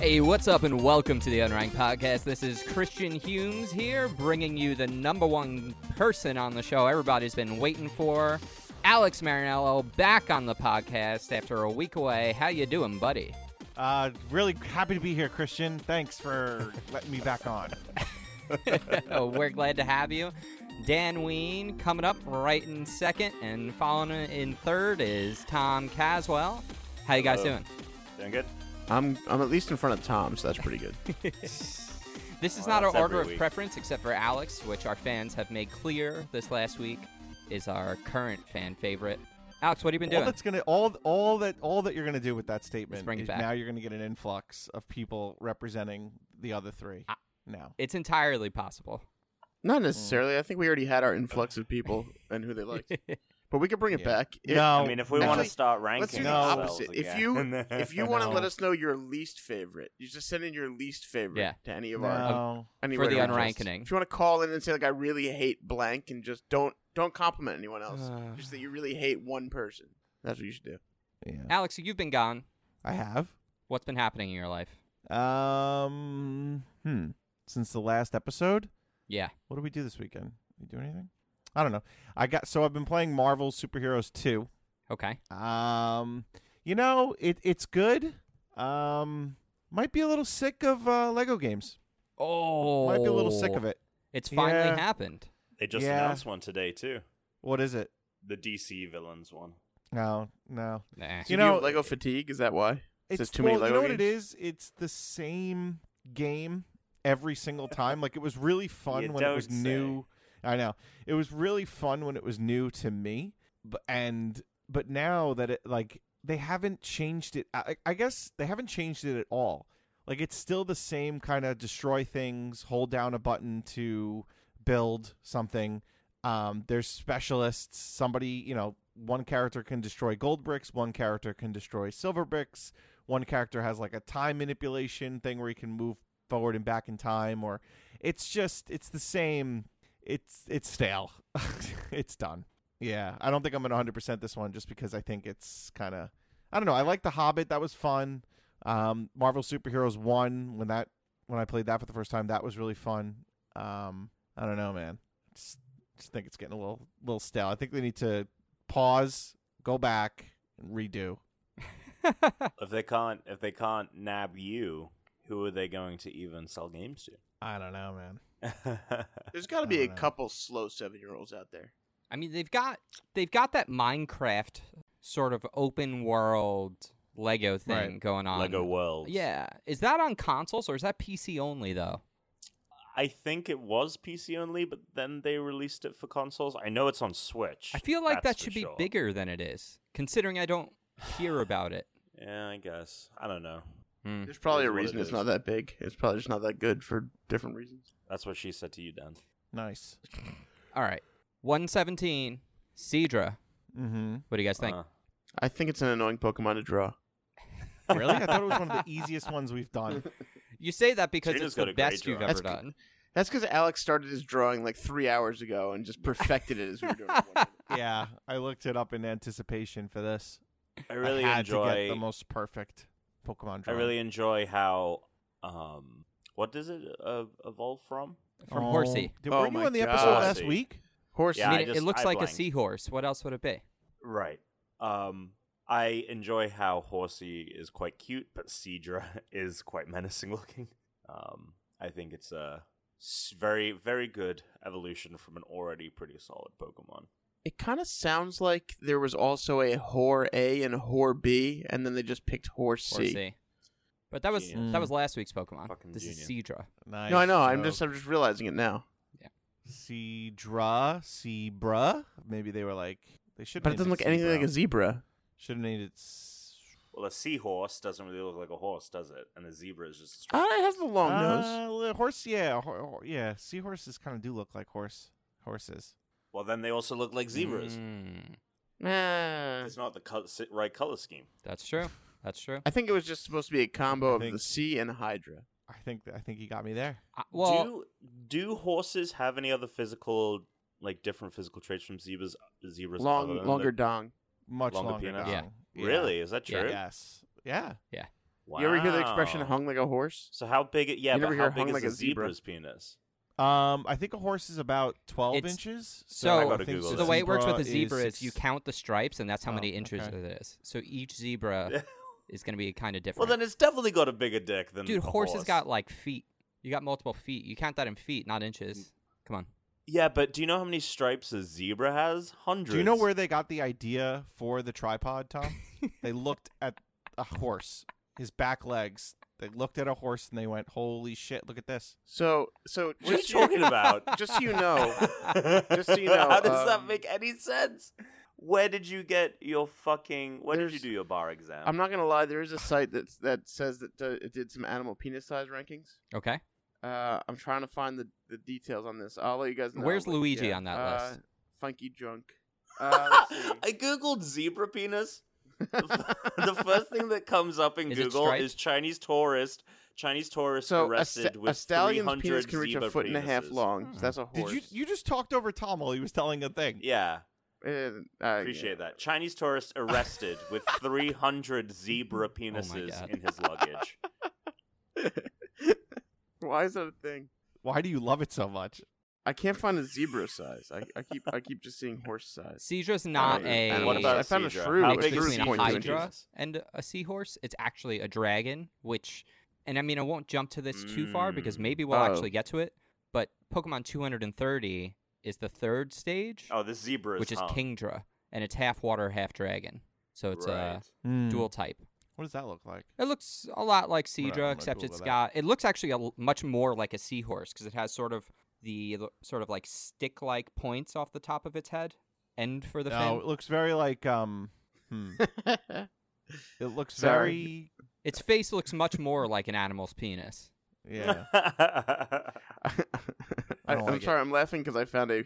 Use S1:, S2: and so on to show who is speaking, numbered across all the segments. S1: Hey, what's up, and welcome to the Unranked Podcast. This is Christian Humes here, bringing you the number one person on the show everybody's been waiting for, Alex Marinello, back on the podcast after a week away. How you doing, buddy?
S2: Uh, really happy to be here, Christian. Thanks for letting me back on.
S1: Oh, We're glad to have you. Dan Ween coming up right in second, and following in third is Tom Caswell. How you guys
S3: Hello.
S1: doing?
S3: Doing good?
S4: I'm I'm at least in front of Tom, so that's pretty good.
S1: This is
S3: Well,
S1: not our
S3: that's
S1: order
S3: every
S1: of
S3: week.
S1: preference, except for Alex, which our fans have made clear this last week is our current fan favorite. Alex, what have you been
S2: All
S1: doing?
S2: that's gonna all all that all that you're gonna do with that statement
S1: bring it
S2: is
S1: back.
S2: now you're gonna get an influx of people representing the other three.
S1: Ah.
S2: now,
S1: It's entirely possible.
S4: Not necessarily. I think we already had our influx of people and who they liked, but we could bring it
S2: Yeah.
S4: back. If-
S2: no,
S3: I mean, if we
S4: actually,
S3: want to start ranking,
S4: Let's do the
S2: No.
S3: ourselves
S4: opposite. If
S3: again.
S4: you if you want to
S2: No.
S4: let us know your least favorite, you just send in your least favorite
S1: Yeah.
S4: to any of our uh,
S2: no,
S4: any
S1: For
S4: of
S1: the
S4: our guests.
S1: unranking.
S4: If you want to call in and say like I really hate blank, and just don't don't compliment anyone else,
S2: Uh.
S4: just that you really hate one person. That's what you should do.
S2: yeah.
S1: Alex, you've been gone.
S2: I have.
S1: What's been happening in your life?
S2: Um, hmm. Since the last episode,
S1: Yeah.
S2: what did we do this weekend? Did we do anything? I don't know. I got so I've been playing Marvel Superheroes two.
S1: Okay.
S2: Um, you know, it it's good. Um, might be a little sick of uh, Lego games.
S1: Oh,
S2: Might be a little sick of it.
S1: It's finally
S2: Yeah.
S1: happened.
S3: They just
S2: Yeah.
S3: announced one today too,
S4: Oh.
S2: What is it?
S3: the DC villains one.
S2: No, no.
S1: Nah.
S4: So you
S2: know-
S4: do Lego fatigue is that why?
S2: It's
S4: There's too many
S2: well,
S4: Lego
S2: you know what it
S4: games?
S2: is? It's the same game every single time. like it was really fun
S3: You
S2: when it
S3: don't
S2: was
S3: say.
S2: new. I know it was really fun when it was new to me, but and but now that it like they haven't changed it. I, I guess they haven't changed it at all. Like it's still the same kind of destroy things, hold down a button to build something. Um, there's specialists. Somebody, you know, one character can destroy gold bricks, one character can destroy silver bricks, one character has like a time manipulation thing where he can move forward and back in time, or it's just it's the same. It's it's stale. it's done. Yeah, I don't think I'm gonna 100 percent this one just because I think it's kind of I don't know. I like the Hobbit. That was fun. Um, Marvel Superheroes one when that when I played that for the first time, that was really fun. Um, I don't know, man. Just, just think it's getting a little little stale. I think they need to pause, go back, and redo.
S3: If they can't, if they can't nab you, who are they going to even sell games
S2: I don't know, man.
S3: to?
S4: There's got to be
S2: I
S4: a
S2: don't know.
S4: couple slow seven year olds out there.
S1: I mean, they've got they've got that Minecraft sort of open world Lego thing
S2: Right.
S1: going on.
S3: Lego Worlds.
S1: Um, Yeah. Is that on consoles or is that PC only though?
S3: I think it was PC only, but then they released it for consoles. I know it's on Switch.
S1: I feel like that
S3: that's for
S1: should be
S3: sure.
S1: bigger than it is, considering I don't hear about it.
S3: Yeah, I guess. I don't know.
S1: Hmm.
S4: There's probably
S3: It
S4: a
S3: is what
S4: reason
S3: it
S4: it's
S3: is.
S4: not that big. It's probably just not that good for different reasons.
S3: That's what she said to you, Dan.
S2: Nice.
S1: All right. 117, Cedra.
S2: Mm-hmm.
S1: What do you guys think?
S3: Uh,
S4: I think it's an annoying Pokemon to draw.
S2: Really? I thought it was one of the easiest ones we've done.
S1: you say that because
S3: Cedra's
S1: it's
S3: got
S1: the
S3: a great
S1: best you've
S3: draw.
S1: ever
S4: That's
S1: done.
S4: That's because Alex started his drawing like three hours ago and just perfected it as we were doing it.
S2: yeah, I looked it up in anticipation for this.
S3: I really
S2: had to
S3: enjoy.
S2: get the most perfect Pokemon.
S3: I
S2: Drawing.
S3: really enjoy how. Um, what does it uh, evolve from?
S1: From
S2: Oh,
S1: Horsey.
S2: Did,
S4: Oh
S2: were you
S4: my
S2: on the
S4: God.
S2: episode last
S3: Horsey.
S2: week?
S4: Horse.
S3: Yeah,
S1: I
S3: I
S1: mean, it- it
S3: just-
S1: looks
S3: I
S1: like a
S3: blanked.
S1: seahorse. What else would it be?
S3: Right. Um, I enjoy how Horsey is quite cute, but Cedra is quite menacing looking. Um, I think it's a s- very, very good evolution from an already pretty solid Pokemon.
S4: It kind of sounds like there was also a whore A and a whore B, and then they just picked horse C.
S1: Horsey. But that was
S3: Genius.
S1: that was last week's Pokemon.
S3: Fucking
S1: this is
S3: genius.
S1: Cedra.
S2: Nice
S4: No, I know. I'm
S2: joke.
S4: just I'm just realizing it now.
S2: Cedra, Cebra. Maybe they were like they should.
S4: But it doesn't look anything like a zebra.
S2: Should have named it. s-
S3: Well, a seahorse doesn't really look like a horse, does it? And a zebra is just. a
S4: Ah, it has the long nose.
S2: Uh, li- horse. Yeah, ho- ho- yeah. Seahorses kind of do look like horse horses.
S3: Well, then they also look like zebras.
S1: Mm,
S4: Nah.
S3: It's not the col- si- right color scheme.
S1: that's true. That's true.
S4: I think it was just supposed to be a combo
S2: I
S4: of the
S2: think-
S4: C and Hydra.
S2: I think I think you got me there.
S1: I- Uh, well,
S3: do do horses have any other physical, like different physical traits from zebras? Zebras other
S4: Long,
S3: than
S4: longer
S3: the-
S4: dong.
S2: Much
S3: Longer
S2: longer.
S3: penis?
S2: dong.
S1: Yeah.
S3: Really? Is that
S1: Yeah.
S3: true?
S2: Yes. Yeah.
S1: Yeah.
S3: Wow.
S4: You ever hear the expression "hung like a horse"?
S3: So how big? it- Yeah,
S4: You
S3: but
S4: never
S3: how
S4: hear
S3: big
S4: hung
S3: is
S4: like
S3: a
S4: a zebra.
S3: zebra's penis?
S2: Um, I think a horse is about twelve
S1: It's-
S2: inches.
S1: so- I
S2: I
S1: gotta
S2: think
S3: Google
S1: So
S3: Well,
S1: the way it works with a
S2: is
S1: zebra is, you
S2: six-
S1: count the stripes, and that's how
S2: Oh,
S1: many inches
S2: okay.
S1: it is. So each zebra is going to be kind of
S3: well,
S1: different.
S3: then it's definitely got a bigger dick than
S1: Dude,
S3: a
S1: horses
S3: horse.
S1: got like feet. You got multiple feet. You count that in feet, not
S3: Mm.
S1: inches. Come on.
S3: Yeah, but do you know how many stripes a zebra has? Hundreds.
S2: Do you know where they got the idea for the tripod, Tom? they looked at a horse, his back legs. They looked at a horse and they went, "Holy shit! Look at this."
S4: So, so
S3: What are you
S4: just so
S3: talking about?
S4: you- just so you know,
S3: Just
S4: oh, so you know,
S3: how does that
S4: um,
S3: make any sense? Where did you get your fucking? Where did you
S4: There's-
S3: do your bar exam?
S4: I'm not gonna lie. There is a site that that says that uh, it did some animal penis size rankings.
S1: Okay.
S4: Uh, I'm trying to find the, the details on this. I'll let you guys know.
S1: Where's
S4: but
S1: Luigi
S4: yeah,
S1: on that
S4: uh,
S1: list?
S4: Funky junk. Uh,
S3: I googled zebra penis.
S4: let's see.
S3: The f- the first thing that comes up in
S1: Is it
S3: Google
S1: striped?
S3: is Chinese tourist. Chinese tourist
S4: so a,
S3: arrested
S4: sta-
S3: with
S4: a stallion's
S3: 300
S4: penis can reach a
S3: zebra
S4: foot and a half
S3: penises.
S4: long. So that's a
S2: Did
S4: horse.
S2: you you just talked over Tom while he was telling a thing?
S3: Yeah,
S4: And, uh,
S3: appreciate that. Chinese tourist arrested with 300 zebra penises
S1: Oh God.
S3: in his luggage.
S4: Why is that a thing?
S2: Why do you love it so much?
S4: I can't find a zebra size. I, I keep I keep just seeing horse size.
S1: Seizures not
S4: Uh,
S1: a.
S4: and
S3: what about
S4: I found a
S3: zebra?
S4: shrew.
S3: How
S4: It's
S1: mix
S3: big is
S4: shrews
S1: between a
S4: point two
S1: hydra
S4: inches.
S1: and a seahorse. It's actually a dragon, which, and I mean, I won't jump to this too far because
S3: Mm.
S1: maybe we'll
S4: Oh.
S1: actually get to it. But Pokemon 230 is the third stage,
S3: Oh, this zebra is
S1: which is
S3: hung.
S1: Kingdra, and it's half water, half dragon. So it's
S3: Right.
S1: a
S4: Hmm.
S1: Hmm. dual type.
S2: What does that look like?
S1: It looks a lot like
S2: I'm
S1: Seadra,
S2: gonna
S1: except
S2: Google
S1: it's
S2: that.
S1: got. It looks actually a l much more like a seahorse because it has sort of the l- sort of like stick-like points off the top of its head, end for the fin.
S2: No, it looks very like um. Hmm. It looks
S4: Sorry.
S1: Its face looks much more like an animal's penis.
S2: very yeah.
S4: I,
S2: don't
S4: I'm
S2: like it.
S4: sorry. I'm laughing because I found a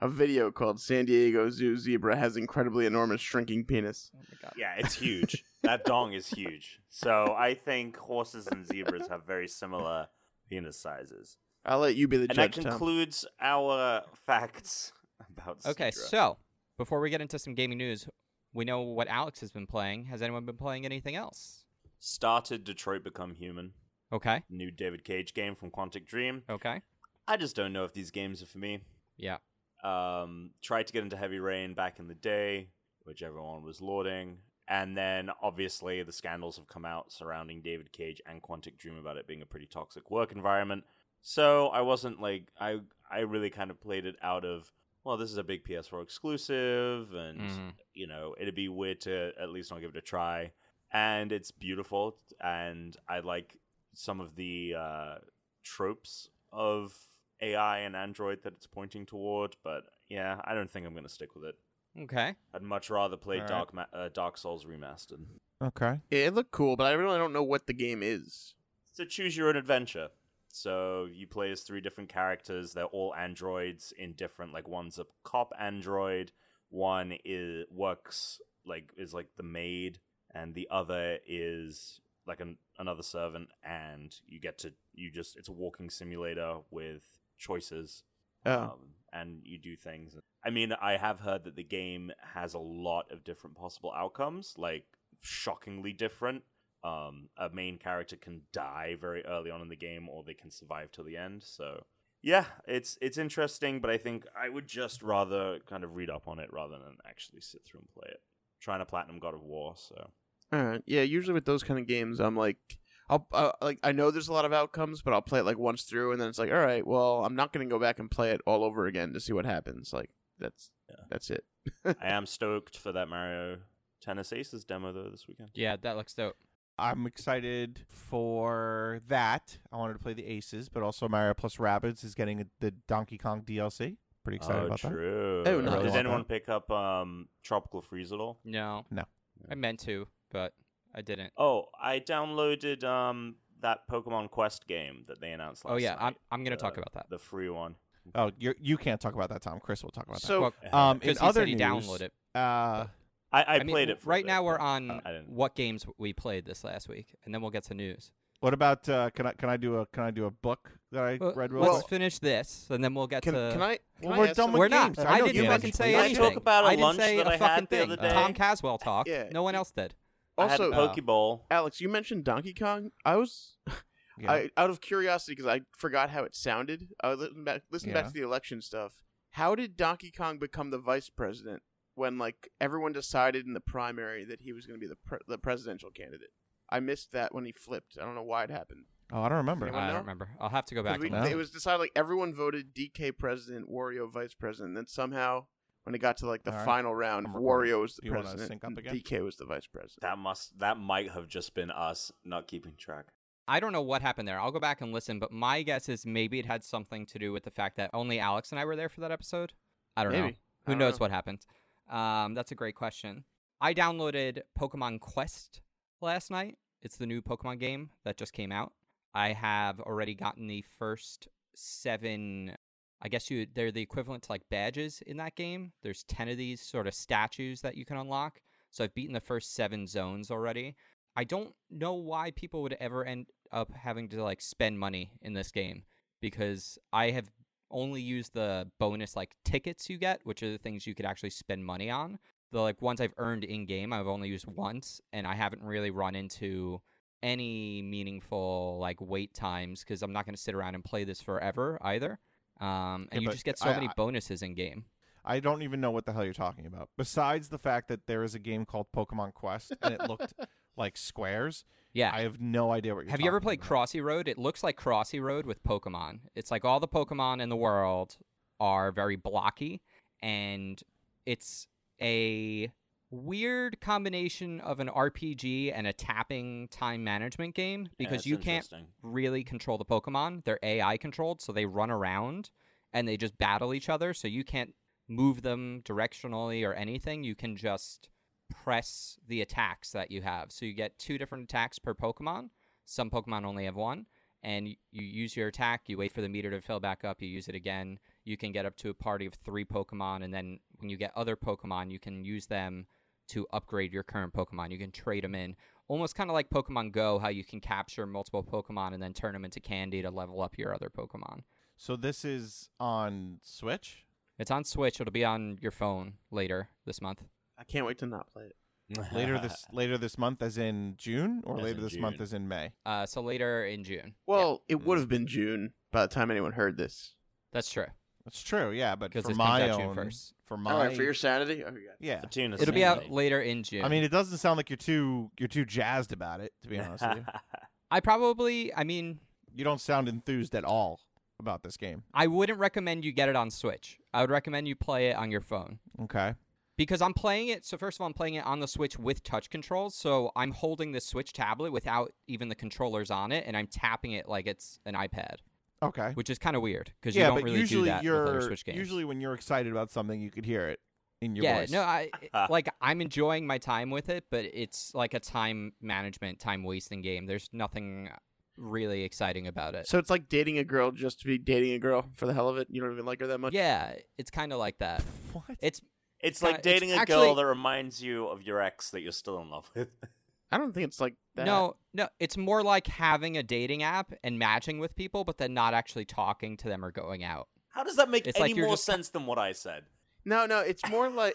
S4: a video called "San Diego Zoo Zebra Has Incredibly Enormous Shrinking Penis."
S1: Oh my god.
S3: yeah, it's huge. that dong is huge. So I think horses and zebras have very similar penis sizes.
S4: I'll let you be the
S3: and
S4: judge.
S3: that
S4: Tom.
S3: concludes our facts about
S1: Okay,
S3: Sidra.
S1: so before we get into some gaming news, we know what Alex has been playing. Has anyone been playing anything else?
S3: started Detroit Become Human,
S1: Okay.
S3: new David Cage game from Quantic Dream.
S1: Okay.
S3: I just don't know if these games are for me.
S1: Yeah.
S3: Um, tried to get into Heavy Rain back in the day, which everyone was lauding, and then obviously the scandals have come out surrounding David Cage and Quantic Dream about it being a pretty toxic work environment. So I wasn't like I I really kind of played it out of well, this is a big PS4 exclusive, and
S1: Mhm.
S3: you know, it'd be weird to at least not give it a try. And it's beautiful, and I like some of the uh, tropes of AI and Android that it's pointing toward. But yeah, I don't think I'm going to stick with it.
S1: Okay.
S3: I'd much rather play
S2: All right.
S3: Dark Ma- uh, Dark Souls Remastered.
S2: Okay.
S4: Yeah, it looked cool, but I really don't know what the game is.
S3: So choose your own adventure. So you play as three different characters. They're all androids in different like one's a cop android, one is works like is like the maid, and the other is like an, another servant. And you get to you just it's a walking simulator with choices
S4: Oh,
S3: um, and you do things. I mean, I have heard that the game has a lot of different possible outcomes, like shockingly different. Um, a main character can die very early on in the game, or they can survive till the end. So, yeah, it's it's interesting, but I think I would just rather kind of read up on it rather than actually sit through and play it. Trying to platinum God of War, so
S4: all right. Yeah, usually with those kind of games, I'm like, I'll uh, like I know there's a lot of outcomes, but I'll play it like once through, and then it's like, all right, well, I'm not gonna go back and play it all over again to see what happens. Like that's
S3: Yeah.
S4: that's it.
S3: I am stoked for that Mario Tennis Aces demo though this weekend.
S1: Yeah, that looks dope.
S2: I'm excited for that. I wanted to play the Aces, but also Mario plus Rabbids is getting the Donkey Kong DLC. Pretty excited
S3: oh,
S2: about that.
S3: true.
S4: Oh, nice.
S3: Did
S2: Really
S3: anyone
S2: want
S3: pick up um, Tropical Freeze at all?
S1: No.
S2: No.
S1: I meant to, but I didn't.
S3: Oh, I downloaded um that Pokemon Quest game that they announced last
S1: Oh yeah,
S3: night,
S1: I'm I'm gonna talk
S2: Uh,
S3: the-
S1: about that.
S3: the free one.
S2: Oh, you you can't talk about that, Tom. Chris will talk about
S4: So
S1: Well,
S2: that. Um, in
S1: Because he
S2: other
S1: said he
S2: news,
S1: downloaded it.
S2: uh, I
S3: I, I,
S1: mean,
S3: played it.
S1: w-
S3: For a
S1: right
S3: bit,
S1: now we're
S3: but uh,
S1: on
S3: I didn't.
S1: what games we played this last week, and then we'll get to news.
S2: What about uh, can I can I do a can I do a book that I
S1: Well,
S2: read real
S1: let's
S2: quick?
S1: finish this, and then we'll get
S4: Can,
S1: to.
S4: can I? Can
S2: Well,
S4: I
S2: we're
S4: ask
S2: done
S4: something?
S2: with
S1: We're not.
S2: games. I
S1: I,
S2: know
S1: didn't
S2: you
S1: fucking
S2: haven't
S1: say
S2: played.
S3: Can I
S1: anything.
S3: talk about a
S1: didn't
S3: lunch
S1: say
S3: that
S1: a
S3: I had
S1: fucking
S3: the
S1: thing.
S3: other day?
S1: Tom Caswell talk.
S4: Yeah.
S1: No one else did.
S4: Also,
S3: I
S1: uh,
S3: had a Pokeball.
S4: Alex, you mentioned Donkey Kong. I was
S2: Yeah.
S4: I out of curiosity because I forgot how it sounded. I was listening back, listening back
S2: Yeah.
S4: to the election stuff. How did Donkey Kong become the vice president when like everyone decided in the primary that he was going to be the pre- the presidential candidate? I missed that when he flipped. I don't know why it happened.
S2: oh, I don't remember.
S4: Anyone
S1: I don't
S4: know?
S1: remember. I'll have to go
S4: 'Cause
S1: back.
S4: we-
S1: and look.
S4: It was decided like everyone voted DK president, Wario vice president. Then somehow when it got to like the
S2: All right.
S4: final round,
S2: I'm recording.
S4: Wario was the
S2: Do you wanna
S4: president.
S2: sync up
S4: and
S2: again?
S4: DK was the vice president.
S3: That must that might have just been us not keeping track.
S1: I don't know what happened there. I'll go back and listen, but my guess is maybe it had something to do with the fact that only Alex and I were there for that episode. I don't
S4: Maybe.
S1: know. Who
S4: I don't
S1: knows
S4: know.
S1: what happened? Um, that's a great question. I downloaded Pokemon Quest last night. It's the new Pokemon game that just came out. I have already gotten the first seven. I guess you they're the equivalent to like badges in that game. There's ten of these sort of statues that you can unlock. So I've beaten the first seven zones already. I don't know why people would ever end up having to like spend money in this game because I have only used the bonus like tickets you get, which are the things you could actually spend money on. The like ones I've earned in game, I've only used once, and I haven't really run into any meaningful like wait times because I'm not going to sit around and play this forever either. Um, and
S2: Yeah,
S1: you
S2: but
S1: just get so
S2: I-
S1: many
S2: I-
S1: bonuses in game.
S2: I don't even know what the hell you're talking about. Besides the fact that there is a game called Pokemon Quest and it looked like squares,
S1: Yeah.
S2: I have no idea what you're.
S1: Have you ever played
S2: talking about.
S1: Crossy Road? It looks like Crossy Road with Pokemon. It's like all the Pokemon in the world are very blocky, and it's a weird combination of an RPG and a tapping time management game
S3: Yeah,
S1: because
S3: that's
S1: you can't
S3: interesting.
S1: really control the Pokemon. They're AI controlled, so they run around and they just battle each other. So you can't move them directionally or anything. You can just press the attacks that you have. So you get two different attacks per Pokemon. Some Pokemon only have one. And y- you use your attack, you wait for the meter to fill back up, you use it again. You can get up to a party of three Pokemon. And then when you get other Pokemon, you can use them to upgrade your current Pokemon. You can trade them in almost kind of like Pokemon Go, how you can capture multiple Pokemon and then turn them into candy to level up your other Pokemon.
S2: So this is on Switch.
S1: It's on Switch. It'll be on your phone later this month.
S4: I can't wait to not play it.
S2: later this later this month, as in June, or
S3: As
S2: later
S3: in
S2: this month,
S3: June.
S2: as in May.
S1: Uh, so later in June. Yeah,
S4: Well, it
S2: Mm.
S4: would have been June by the time anyone heard this.
S1: that's true.
S2: That's true. Yeah, but
S1: 'Cause
S2: for
S1: this
S2: my
S1: comes out June
S2: own,
S1: 1st.
S2: for my,
S4: sanity. Oh,
S2: yeah.
S3: The tune is
S1: It'll be out
S3: sanity.
S1: later in June.
S2: I mean, it doesn't sound like you're too you're too jazzed about it. To be honest with you,
S1: I probably, I mean,
S2: you don't sound enthused at all about this game.
S1: I wouldn't recommend you get it on Switch. I would recommend you play it on your phone.
S2: Okay.
S1: because I'm playing it. So first of all, I'm playing it on the Switch with touch controls. So I'm holding the Switch tablet without even the controllers on it, and I'm tapping it like it's an iPad,
S2: Okay.
S1: which is kind of weird because
S2: yeah,
S1: you don't
S2: but
S1: really
S2: usually
S1: do that
S2: you're
S1: with other Switch games.
S2: usually when you're excited about something, you could hear it in your
S1: yeah,
S2: voice.
S1: no, I like I'm enjoying my time with it, but it's like a time management, time wasting game. There's nothing really exciting about it.
S4: So it's like dating a girl just to be dating a girl for the hell of it. You don't even like her that much.
S1: yeah, it's kind of like that.
S2: what?
S1: It's
S3: It's
S1: Uh,
S3: like
S1: it's
S3: dating a
S1: actually-
S3: girl that reminds you of your ex that you're still in love with.
S4: I don't think it's like that.
S1: No, no, it's more like having a dating app and matching with people, but then not actually talking to them or going out.
S3: How does that make
S1: It's
S3: any
S1: like you're
S3: more
S1: just-
S3: sense than what I said?
S4: no, no. It's more like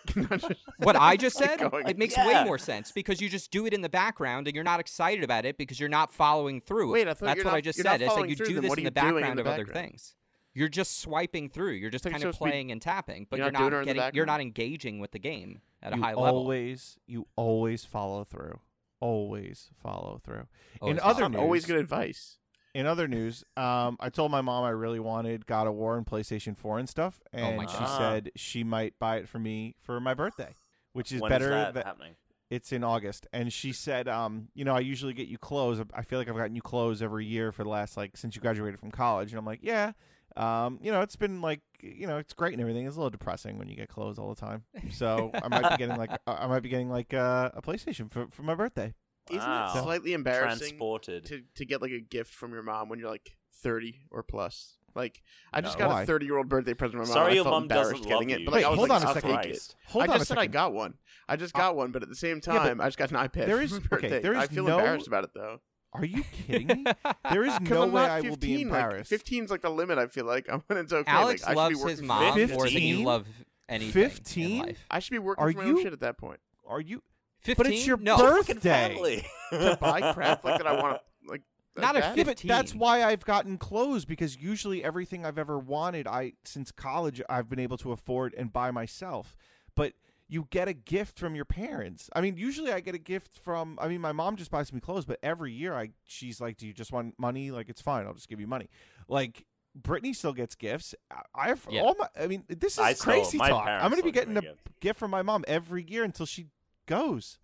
S1: what I just
S4: Keep
S1: said,
S4: going.
S1: it makes
S3: Yeah.
S1: way more sense because you just do it in the background and you're not excited about it because you're not following through.
S4: Wait, I thought
S1: that's
S4: you're
S1: what
S4: not-
S1: I just
S4: you're not
S1: said. It's like
S4: following
S1: you
S4: through,
S1: do
S4: then
S1: this
S4: what
S1: in
S4: are
S1: the
S4: you doing in
S1: background
S4: the
S1: of other
S4: background?
S1: things. You're just swiping through. You're just
S4: So you're
S1: kind of
S4: supposed to be-
S1: playing and tapping, but
S4: you're
S1: you're
S4: not doing it in the
S1: getting. You're not
S4: background?
S1: engaging with the game at a
S2: you
S1: high level.
S2: always you always follow through. Always follow through.
S1: Always
S2: in
S1: follow
S2: other
S1: through.
S4: Not
S2: news,
S4: always good advice.
S2: in other news, um, I told my mom I really wanted God of War and PlayStation Four and stuff,
S1: my
S2: and she
S3: God.
S2: said she might buy it for me for my birthday, which is
S3: When
S2: better.
S3: that
S2: that-
S3: happening?
S2: it's in August, and she said, um, you know, I usually get you clothes. I feel like I've gotten you clothes every year for the last like since you graduated from college, and I'm like, yeah. Um, you know, it's been like, you know, it's great and everything. It's a little depressing when you get clothes all the time. So I might be getting like, I might be getting like uh, a PlayStation for, for my birthday.
S4: Isn't
S3: Wow.
S4: it slightly embarrassing
S3: Transported.
S4: to, to get like a gift from your mom when you're like 30 or plus? Like I just
S2: No.
S4: got
S2: Why?
S4: a 30 year old birthday present from my mom.
S3: Sorry
S4: I
S3: your
S4: felt
S3: mom doesn't
S4: embarrassed getting
S3: love
S4: it,
S3: you.
S4: but like, I
S2: Wait,
S4: was
S2: hold
S4: like,
S2: on a
S4: I'll
S2: second.
S4: take it.
S3: Christ.
S2: Hold
S4: I
S2: on
S4: just
S2: a
S4: said
S2: second. Uh,
S4: I got one. I just got one, but at the same
S2: Yeah, but
S4: time, I just got an iPad.
S2: there is-
S4: for my
S2: okay,
S4: birthday.
S2: there is
S4: I feel
S2: no-
S4: embarrassed about it though.
S2: Are you kidding me? There is
S4: 'Cause
S2: no
S4: I'm
S2: way
S4: not
S2: I will be
S4: 15, like,
S2: embarrassed.
S4: 15 is like the limit. I feel like I'm when it's okay.
S1: Alex
S4: like, I should be
S1: loves
S4: working
S1: his
S4: for
S1: mom
S4: myself.
S1: more than you
S2: 15?
S1: love anything. in
S2: 15?
S1: life.
S4: I should be working
S2: Are
S4: for my own
S2: you-
S4: shit at that point.
S2: Are you?
S1: 15?
S2: But it's your
S1: no,
S3: Fucking
S2: birthday.
S3: family.
S4: to buy crap like that I want to like
S1: Not a
S4: that?
S2: Yeah, but that's
S1: 15.
S2: why I've gotten clothes because usually everything I've ever wanted, I since college, I've been able to afford and buy myself. But you get a gift from your parents. I mean, usually I get a gift from. I mean, my mom just buys me clothes, but every year I she's like, "Do you just want money? Like, it's fine. I'll just give you money." Like. Brittany still gets gifts. I- I've
S1: Yeah.
S2: all my. I mean, this is
S3: I still-
S2: crazy
S3: my
S2: talk. I'm
S3: parents
S2: going to be
S3: still
S2: getting
S3: give me
S2: a
S3: gifts.
S2: gift from my mom every year until she goes.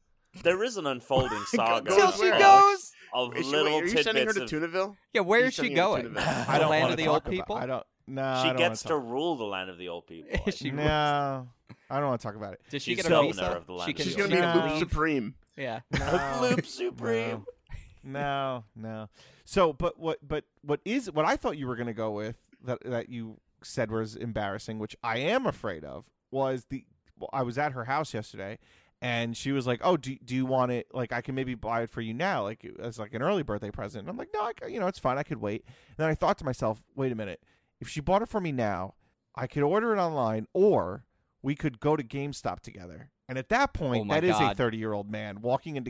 S3: There is an unfolding saga.
S4: Goes Till she where?
S3: of-
S4: goes?
S3: Of
S4: Is she,
S3: little
S4: wait, are you sending her to
S3: tidbits of-
S4: Tunaville?
S1: Yeah, where
S4: He's
S1: is she
S4: sending her to
S1: going?
S4: Tunaville.
S1: The
S2: I don't
S1: land
S2: wanna
S1: of the
S2: talk
S1: old
S2: about-
S1: people?
S2: I don't. No, I
S3: She
S2: don't wanna
S3: gets
S2: talk
S3: to rule the land of the old people. I
S1: She
S3: think.
S1: rules.
S2: no, I don't want to talk about it.
S1: Does she
S3: She's
S1: get a
S3: governor
S1: visa?
S3: of the land
S1: she
S3: of
S1: can
S3: She's
S4: She's gonna
S1: she
S4: be
S1: can
S4: a
S2: No.
S4: loop
S1: leave?
S4: supreme.
S1: Yeah.
S3: Loop Supreme.
S2: No, no. So, but what, but what is what I thought you were going to go with that that you said was embarrassing, which I am afraid of, was the. Well, I was at her house yesterday, and she was like, "Oh, do do you want it? Like, I can maybe buy it for you now, like as like an early birthday present." And I'm like, "No, I, c- you know, it's fine. I could wait." And then I thought to myself, "Wait a minute. If she bought it for me now, I could order it online, or we could go to GameStop together." And at that point,
S1: Oh my
S2: that is a
S1: God.
S2: 30 year old man walking into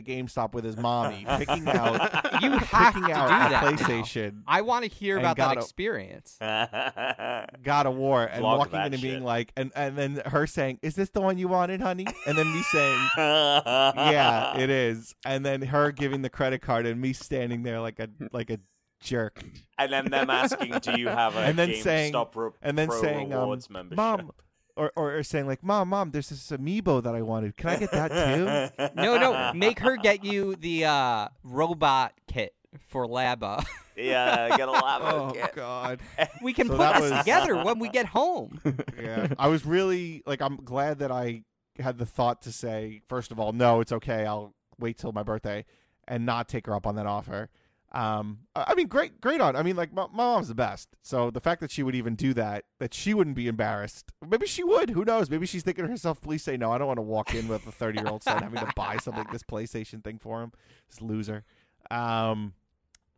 S2: GameStop with his mommy, picking out
S1: You have
S2: picking
S1: to
S2: out
S1: do
S2: a
S1: that now.
S2: PlayStation,
S1: I want to hear
S2: And
S1: about that
S2: gotta-
S1: experience.
S2: God of War, and
S3: Vlog
S2: walking
S3: that
S2: in and being
S3: shit.
S2: like, and, and then her saying, "Is this the one you wanted, honey?" And then me saying, "Yeah, it is." And then her giving the credit card and me standing there like a like a jerk.
S3: And then them asking, "Do you have a
S2: And then
S3: GameStop
S2: saying-
S3: re-
S2: and then
S3: Pro
S2: saying, um,
S3: rewards membership?"
S2: Mom, or, or or saying like, "Mom, mom, there's this amiibo that I wanted. Can I get that too?"
S1: No, no, make her get you the uh, robot kit for Laba.
S3: yeah, get a lava
S2: oh
S3: kit.
S2: God.
S1: We can
S2: So
S1: put
S2: that
S1: this
S2: was-
S1: together when we get home.
S2: Yeah, I was really like, I'm glad that I had the thought to say, first of all, no, it's okay. I'll wait till my birthday and not take her up on that offer. Um, I I mean, great, great on. I mean, like my, my mom's the best. So the fact that she would even do that, that she wouldn't be embarrassed. Maybe she would. Who knows? Maybe she's thinking to herself, please say no. I don't want to walk in with a 30 year old son having to buy something, this PlayStation thing for him. This loser. Um,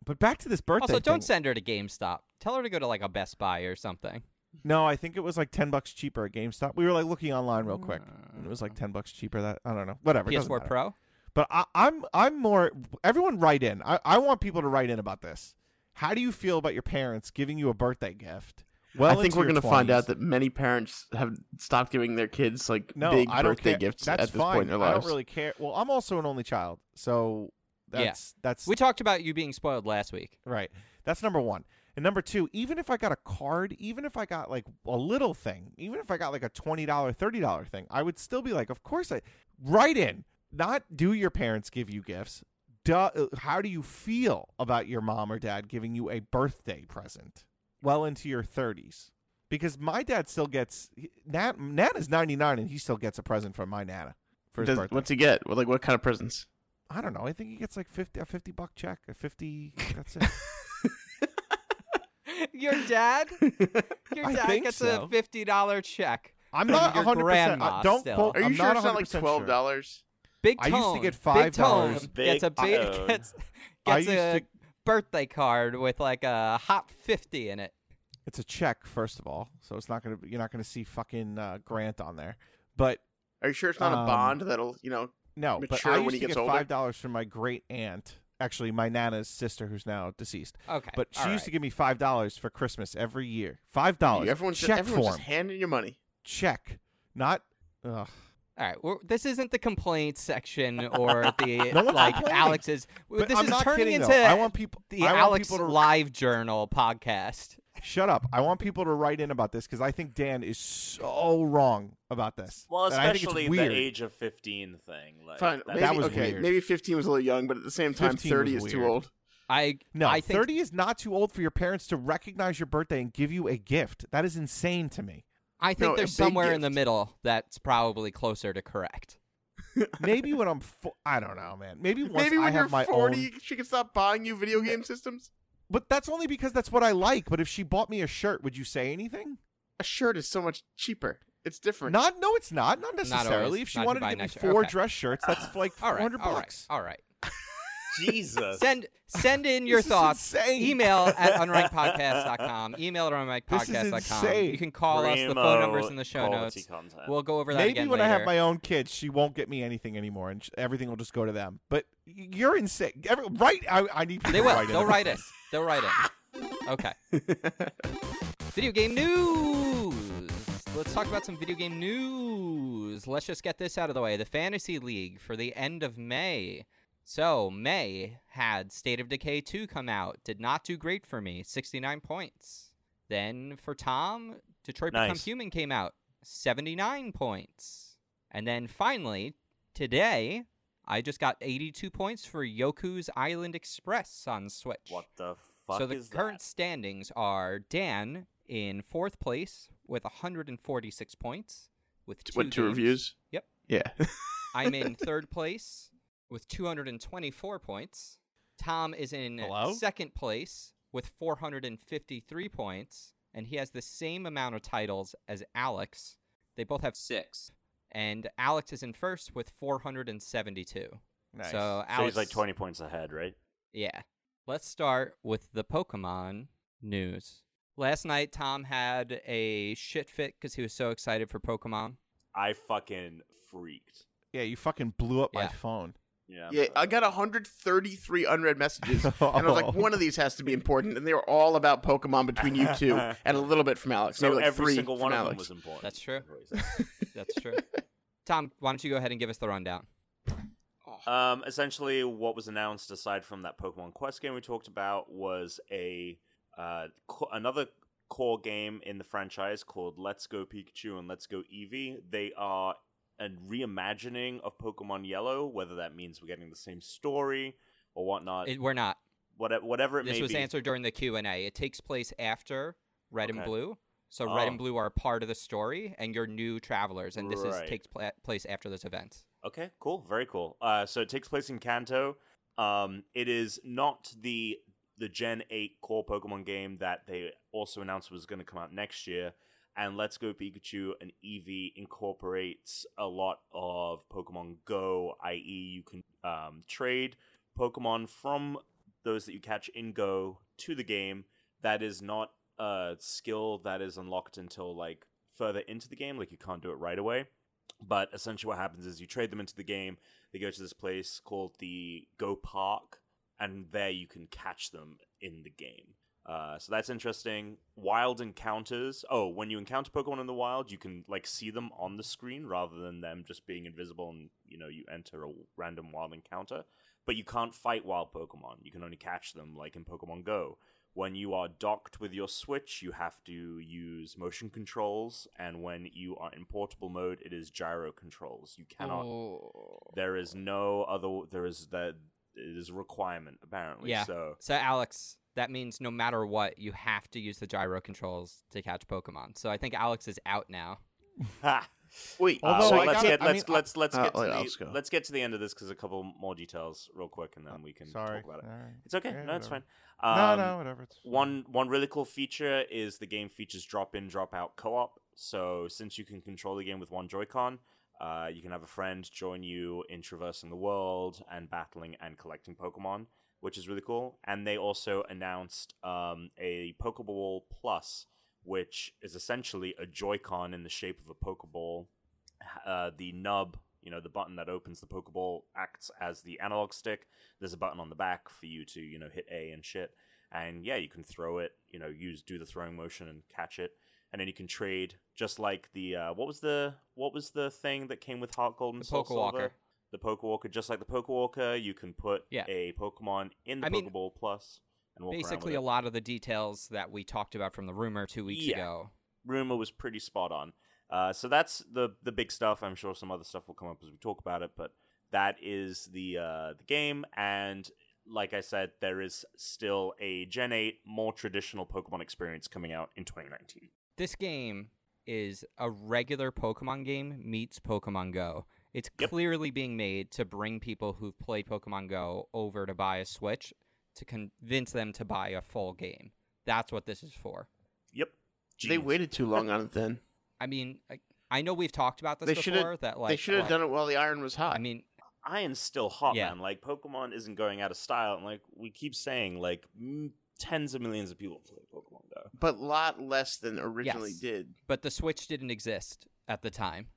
S2: but back to this birthday.
S1: Also,
S2: thing.
S1: don't send her to GameStop. Tell her to go to like a Best Buy or something.
S2: No, I think it was like ten bucks cheaper at GameStop. We were like looking online real quick, and it was
S4: Mm.
S2: like ten bucks cheaper. That I don't know, whatever. it doesn't
S1: PS4
S2: matter.
S1: Pro.
S2: But I, I'm I'm more. Everyone write in. I, I want people to write in about this. How do you feel about your parents giving you a birthday gift? Well,
S4: I think
S2: into
S4: we're
S2: your
S4: gonna find
S2: 20s?
S4: out that many parents have stopped giving their kids like
S2: no,
S4: big
S2: I don't
S4: birthday
S2: care.
S4: gifts
S2: That's
S4: at this
S2: fine.
S4: point in their
S2: I
S4: lives.
S2: don't really care. Well, I'm also an only child, so
S1: Yeah.
S2: that's that's
S1: We talked about you being spoiled last week.
S2: Right. That's number one. And number two, even if I got a card, even if I got like a little thing, even if I got like a $20, $30 thing, I would still be like, of course I. Write in. Not do your parents give you gifts. Duh, uh, how do you feel about your mom or dad giving you a birthday present well into your 30s? Because my dad still gets. he- Nat, Nat is 99 and he still gets a present from my Nana for his
S4: Does-
S2: birthday.
S4: what's he get? Well, like what kind of presents?
S2: I don't know. I think he gets like 50, a 50 buck check, a 50. That's it.
S1: Your dad?
S2: Oh.
S1: Your
S2: I
S1: dad
S2: think
S1: gets
S2: so.
S1: a $50 check.
S2: I'm
S1: from
S2: not
S1: your
S2: 100%.
S1: grandma
S2: I, don't
S1: still.
S2: quote.
S4: Are you
S2: I'm
S4: sure
S2: not
S4: it's not like
S2: 100%
S4: twelve
S2: Sure.
S4: dollars?
S1: Big
S2: I
S1: Tone.
S2: used to get
S1: Big
S2: $5.
S1: Tone
S3: Big
S1: gets a big
S3: Tone.
S1: gets,
S2: I
S1: gets
S2: used
S1: a
S2: to-
S1: birthday card with like a hot 50 in it.
S2: It's a check, first of all, so it's not gonna. You're not gonna see fucking uh, Grant on there. But
S4: Are you sure it's not
S2: Um,
S4: a bond that'll you know?
S2: no, but
S4: Mature
S2: I
S4: when
S2: used
S4: he
S2: to
S4: gets
S2: get
S4: older?
S2: five dollars from my great aunt. Actually, my nana's sister, who's now deceased.
S1: Okay.
S2: But she
S1: all
S2: used to
S1: right.
S2: give me five dollars for Christmas every year. Five dollars.
S4: Everyone's just,
S2: oh, check
S4: everyone's
S2: form.
S4: just handing you money.
S2: check. Not. Ugh.
S1: All right, we're, this isn't the complaint section or the
S2: No one's
S1: like
S2: complaining.
S1: Alex's.
S2: But
S1: this
S2: I'm
S1: is
S2: not
S1: turning
S2: kidding,
S1: into
S2: though. I want people.
S1: the
S2: I want
S1: Alex
S2: people to
S1: Live Journal podcast.
S2: Shut up. I want people to write in about this because I think Dan is so wrong about this.
S3: Well,
S2: And I think it's
S3: especially the
S2: weird.
S3: age of fifteen thing. Like,
S4: Fine,
S3: that-
S4: maybe,
S2: That was
S4: okay.
S2: weird.
S4: Maybe fifteen was a little young, but at the same time,
S2: 15
S4: thirty is
S2: was
S4: too
S2: weird.
S4: old.
S1: I
S2: No,
S1: I think
S2: 30 is not too old for your parents to recognize your birthday and give you a gift. That is insane to me.
S1: I think
S4: No, a
S1: there's
S4: big
S1: somewhere in the
S4: gift.
S1: middle that's probably closer to correct.
S2: Maybe when I'm fo- I don't know, man. Maybe once
S4: Maybe
S2: I
S4: when you're
S2: have my
S4: forty,
S2: own
S4: she can stop buying you video game systems.
S2: But that's only because that's what I like. But if she bought me a shirt, would you say anything?
S4: A shirt is so much cheaper. It's different.
S2: Not no, it's not. Not necessarily.
S1: always.
S2: if she
S1: Not if you
S2: wanted
S1: buy
S2: to give me
S1: next-
S2: four
S1: okay.
S2: dress shirts, that's like
S1: All
S2: four
S1: right,
S2: hundred
S1: all right,
S2: bucks.
S1: all right.
S3: Jesus.
S1: Send send in your
S2: This is
S1: thoughts.
S2: insane.
S1: Email at unrankedpodcast.com. Email at unrankedpodcast.com.
S2: insane.
S1: You can call us. The phone
S3: Primo
S1: number's in the show
S3: quality
S1: notes.
S3: content.
S1: We'll go over that
S2: Maybe
S1: again
S2: when
S1: later.
S2: I have my own kids, she won't get me anything anymore, and sh- everything will just go to them. But y- you're insane. Every, right? I, I need.
S1: They
S2: people
S1: will.
S2: writing
S1: They'll
S2: in.
S1: write us. They'll write it. Okay. video game news. Let's talk about some video game news. Let's just get this out of the way. The Fantasy League for the end of May. So, May had State of Decay 2 come out. Did not do great for me. 69 points. Then for Tom, Detroit Become
S3: Nice.
S1: Human came out. 79 points. And then finally, today, I just got 82 points for Yoku's Island Express on Switch.
S3: What the fuck
S1: so the
S3: is
S1: current standings are Dan in fourth place with 146 points with two,
S4: What two
S1: games.
S4: reviews?
S1: Yep.
S4: Yeah.
S1: I'm in third place with 224 points. Tom is in
S2: Hello?
S1: second place with 453 points, and he has the same amount of titles as Alex. They both have six, and Alex is in first with 472.
S2: Nice.
S1: So
S3: that?
S1: Alex,
S3: So he's like 20 points ahead, right?
S1: Yeah. Let's start with the Pokemon news. Last night, Tom had a shit fit because he was so excited for Pokemon.
S3: I fucking freaked.
S2: yeah, you fucking blew up my
S1: Yeah.
S2: phone.
S3: Yeah.
S4: Yeah, I got 133 unread messages, and I was
S2: Oh.
S4: like, one of these has to be important, and they were all about Pokemon between you two, and a little bit from Alex.
S3: So
S4: Maybe like
S3: every
S4: three
S3: single
S4: from
S3: one of
S4: Alex.
S3: them was important.
S1: That's true.
S3: That's what he said.
S1: That's true. Tom, why don't you go ahead and give us the rundown?
S4: Oh,
S3: Um, essentially, what was announced, aside from that Pokemon Quest game we talked about, was a uh, co- another core game in the franchise called Let's Go Pikachu and Let's Go Eevee. They are a reimagining of Pokemon Yellow, whether that means we're getting the same story or whatnot.
S1: It- we're not.
S3: What- whatever it
S1: This
S3: may
S1: was
S3: be.
S1: answered during the Q and A. It takes place after Red and
S3: Okay.
S1: Blue, so Red and
S3: Oh.
S1: Blue are part of the story, and you're new travelers, and this
S3: Right.
S1: is takes pla- place after this event.
S3: Okay, cool, very cool. Uh, so it takes place in Kanto. Um, it is not the the Gen Eight core Pokemon game that they also announced was going to come out next year. And Let's Go Pikachu and Eevee incorporates a lot of Pokemon Go, i.e., you can um, trade Pokemon from those that you catch in Go to the game. That is not a skill that is unlocked until like further into the game. Like you can't do it right away. But essentially, what happens is you trade them into the game. They go to this place called the Go Park, and there you can catch them in the game. Uh, so that's interesting. Wild encounters. Oh, when you encounter Pokemon in the wild, you can like see them on the screen rather than them just being invisible, and you know you enter a random wild encounter. But you can't fight wild Pokemon. You can only catch them, like in Pokemon Go. When you are docked with your Switch, you have to use motion controls, and when you are in portable mode, it is gyro controls. You cannot. There is no other. There is that. It is a requirement apparently.
S1: Yeah.
S3: So
S1: So Alex, that means no matter what, you have to use the gyro controls to catch Pokemon. So I think Alex is out now.
S3: Ha!
S4: Wait,
S3: Uh,
S2: Although
S3: so
S2: I
S3: let's
S2: gotta-
S3: get
S2: I
S3: let's
S2: mean,
S3: let's let's
S4: uh,
S3: get to
S4: wait,
S3: the,
S4: Alex, go.
S3: let's get to the end of this because a couple more details real quick and then we can
S2: Uh, Sorry.
S3: talk about it.
S2: All right.
S3: It's okay.
S2: Yeah,
S3: no, it's fine.
S2: whatever.
S3: Um,
S2: no, no, whatever. It's
S3: One one really cool feature is the game features drop in, drop out co op. So since you can control the game with one Joy-Con, uh, you can have a friend join you in traversing the world and battling and collecting Pokemon, which is really cool. And they also announced um, a Pokeball Plus, which is essentially a Joy-Con in the shape of a Pokeball. Uh, the nub, you know, the button that opens the Pokeball acts as the analog stick. There's a button on the back for you to, you know, hit A and shit and yeah, you can throw it. You know, use do the throwing motion and catch it, and then you can trade. Just like the uh, what was the what was the thing that came with Heart Gold and
S1: The
S3: Soul
S1: Pokewalker.
S3: Silver? The Pokewalker. Just like the Pokewalker, you can put
S1: Yeah.
S3: a Pokemon in the
S1: I mean,
S3: Pokeball Plus and walk around with
S1: Basically,
S3: it.
S1: a lot of the details that we talked about from the rumor two weeks
S3: Yeah.
S1: ago.
S3: rumor was pretty spot on. Uh, so that's the the big stuff. I'm sure some other stuff will come up as we talk about it, but that is the uh, the game. And like I said, there is still a Gen 8 more traditional Pokemon experience coming out in 2019.
S1: This game is a regular Pokemon game meets Pokemon Go. It's
S3: Yep.
S1: clearly being made to bring people who've played Pokemon Go over to buy a Switch to convince them to buy a full game. That's what this is for.
S3: Yep.
S4: They
S3: Genius.
S4: waited too long on it then.
S1: I mean, I, I know we've talked about this
S4: They shoulda-
S1: before. That like
S4: they should have
S1: what-
S4: done it while the iron was hot.
S1: I mean,
S3: Iron's still hot,
S1: Yeah.
S3: man. Like Pokemon isn't going out of style, and like we keep saying, like m- tens of millions of people play Pokemon Go.
S4: but lot less than originally
S1: Yes.
S4: did.
S1: But the Switch didn't exist at the time.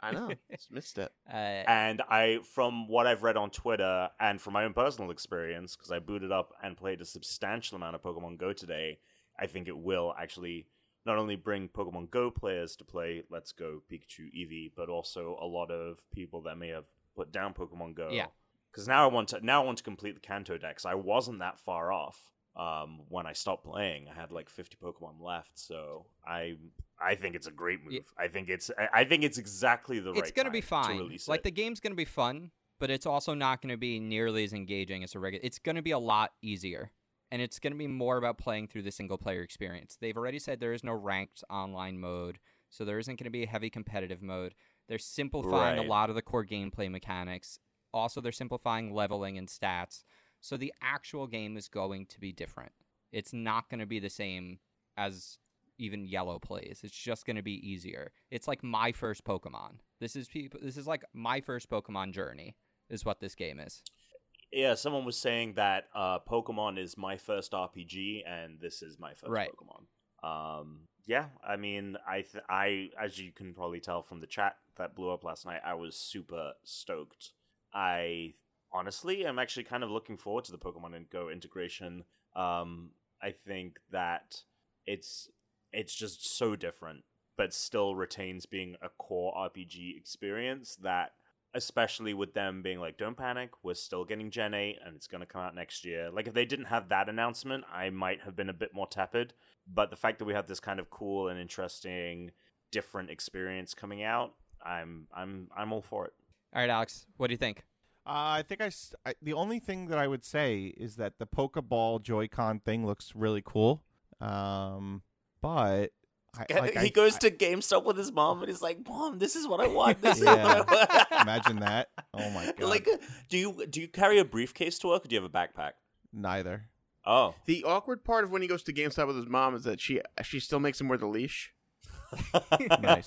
S4: I know. It's a misstep.
S1: Uh,
S3: And I, from what I've read on Twitter and from my own personal experience, because I booted up and played a substantial amount of Pokemon Go today, I think it will actually not only bring Pokemon Go players to play Let's Go Pikachu Eevee, but also a lot of people that may have put down Pokemon Go.
S1: Yeah.
S3: Because now I want to now I want to complete the Kanto decks. I wasn't that far off um, when I stopped playing. I had like fifty Pokemon left, so I I think it's a great move.
S1: Yeah.
S3: I think it's I- I think it's exactly the right.
S1: it's gonna be
S3: time
S1: fine.
S3: To release
S1: like
S3: it.
S1: the game's gonna be fun, but it's also not gonna be nearly as engaging as a regular. It's gonna be a lot easier, and it's gonna be more about playing through the single player experience. They've already said there is no ranked online mode, so there isn't gonna be a heavy competitive mode. They're simplifying a
S3: Right.
S1: lot of the core gameplay mechanics. Also, they're simplifying leveling and stats. So the actual game is going to be different. It's not going to be the same as even yellow plays. It's just going to be easier. It's like my first Pokemon. This is people. This is like my first Pokemon journey. Is what this game is.
S3: Yeah, someone was saying that uh, Pokemon is my first RPG, and this is my first
S1: Right.
S3: Pokemon. Um, yeah, I mean, I, th- I, as you can probably tell from the chat that blew up last night, I was super stoked. I honestly am actually kind of looking forward to the Pokemon and Go integration. Um, I think that it's it's just so different, but still retains being a core RPG experience that especially with them being like, "Don't panic, we're still getting Gen 8, and it's going to come out next year." Like, if they didn't have that announcement, I might have been a bit more tepid. But the fact that we have this kind of cool and interesting, different experience coming out, I'm I'm I'm all for it.
S1: All right, Alex. What do you think?
S2: Uh, I think I, s- I- The only thing that I would say is that the Pokeball Joy-Con thing looks really cool. Um, but I, like, I- I-
S3: to GameStop with his mom, and he's like, "Mom, this is what I want.
S1: this
S2: is Yeah. what Imagine that. Oh my god.
S3: do you do you carry a briefcase to work, or do you have a backpack?
S2: Neither.
S3: Oh,
S4: The awkward part of when he goes to GameStop with his mom is that she she still makes him wear the leash.
S2: Nice.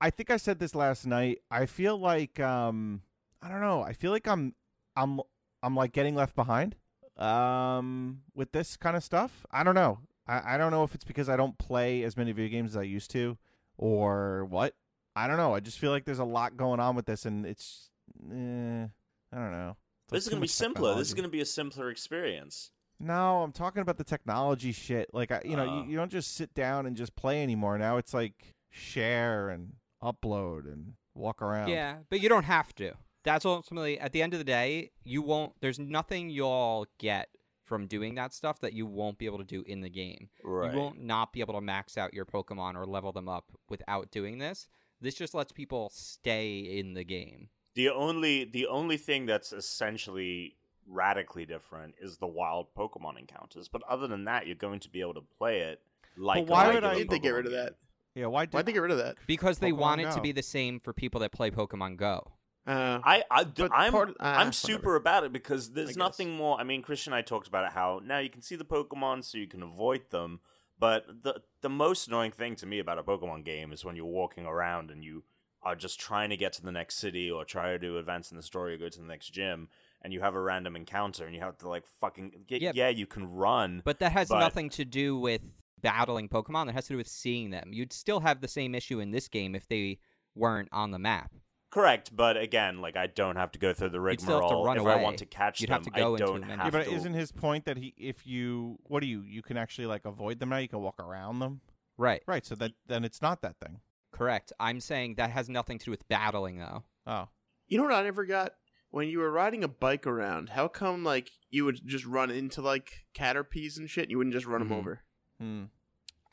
S2: I think I said this last night. I feel like um I don't know. I feel like I'm I'm I'm like getting left behind um with this kind of stuff. I don't know. I, I don't know if it's because I don't play as many video games as I used to or what. I don't know. I just feel like there's a lot going on with this and it's eh, I don't know. It's like
S3: This is
S2: too
S3: gonna be
S2: much
S3: simpler. This is
S2: technology.
S3: gonna be a simpler experience.
S2: No, I'm talking about the technology shit. Like, I, you know,
S3: Oh.
S2: you, you don't just sit down and just play anymore. Now it's like share and upload and walk around.
S1: Yeah, but you don't have to. That's ultimately at the end of the day, you won't. There's nothing you'll get from doing that stuff that you won't be able to do in the game.
S3: Right.
S1: You won't not be able to max out your Pokemon or level them up without doing this. This just lets people stay in the game.
S3: The only the only thing that's essentially radically different is the wild Pokemon encounters. But other than that, you're going to be able to play it like.
S2: But why
S3: a
S2: would I-
S3: regular
S4: Did they get
S3: Pokemon
S4: rid of
S3: game.
S4: that?
S2: Yeah. Why? Did,
S4: Why'd they get rid of that?
S1: Because they want
S2: Pokemon
S1: it
S2: Go.
S1: to be the same for people that play Pokemon Go.
S4: Uh,
S3: I, I
S4: But
S3: am
S4: part- ah,
S3: I'm
S4: whatever.
S3: super about it because
S4: I
S3: there's
S4: guess.
S3: nothing more. I mean, Christian and I talked about it how now you can see the Pokemon, so you can avoid them. But the the most annoying thing to me about a Pokemon game is when you're walking around and you are just trying to get to the next city or try to advance in the story or go to the next gym, and you have a random encounter and you have to like fucking get,
S1: Yeah.
S3: yeah, you can run.
S1: But that has
S3: But-
S1: nothing to do with battling Pokemon. That has to do with seeing them. You'd still have the same issue in this game if they weren't on the map.
S3: Correct, but again, like I don't have to go through the
S1: You'd still have to
S3: rigmarole
S1: run
S3: if I
S1: away.
S3: want to catch
S1: You'd
S3: them.
S1: have to go
S3: I
S1: into
S3: don't
S1: a menu.
S2: Yeah,
S3: have
S2: but
S3: to.
S2: isn't his point that he, if you, what do you, you can actually like avoid them now. You can walk around them.
S1: Right.
S2: Right. So that then it's not that thing.
S1: Correct. I'm saying that has nothing to do with battling, though.
S2: Oh,
S4: you know what I never got when you were riding a bike around. How come like you would just run into like caterpies and shit? And you wouldn't just run
S1: Mhm.
S4: them over.
S2: hmm.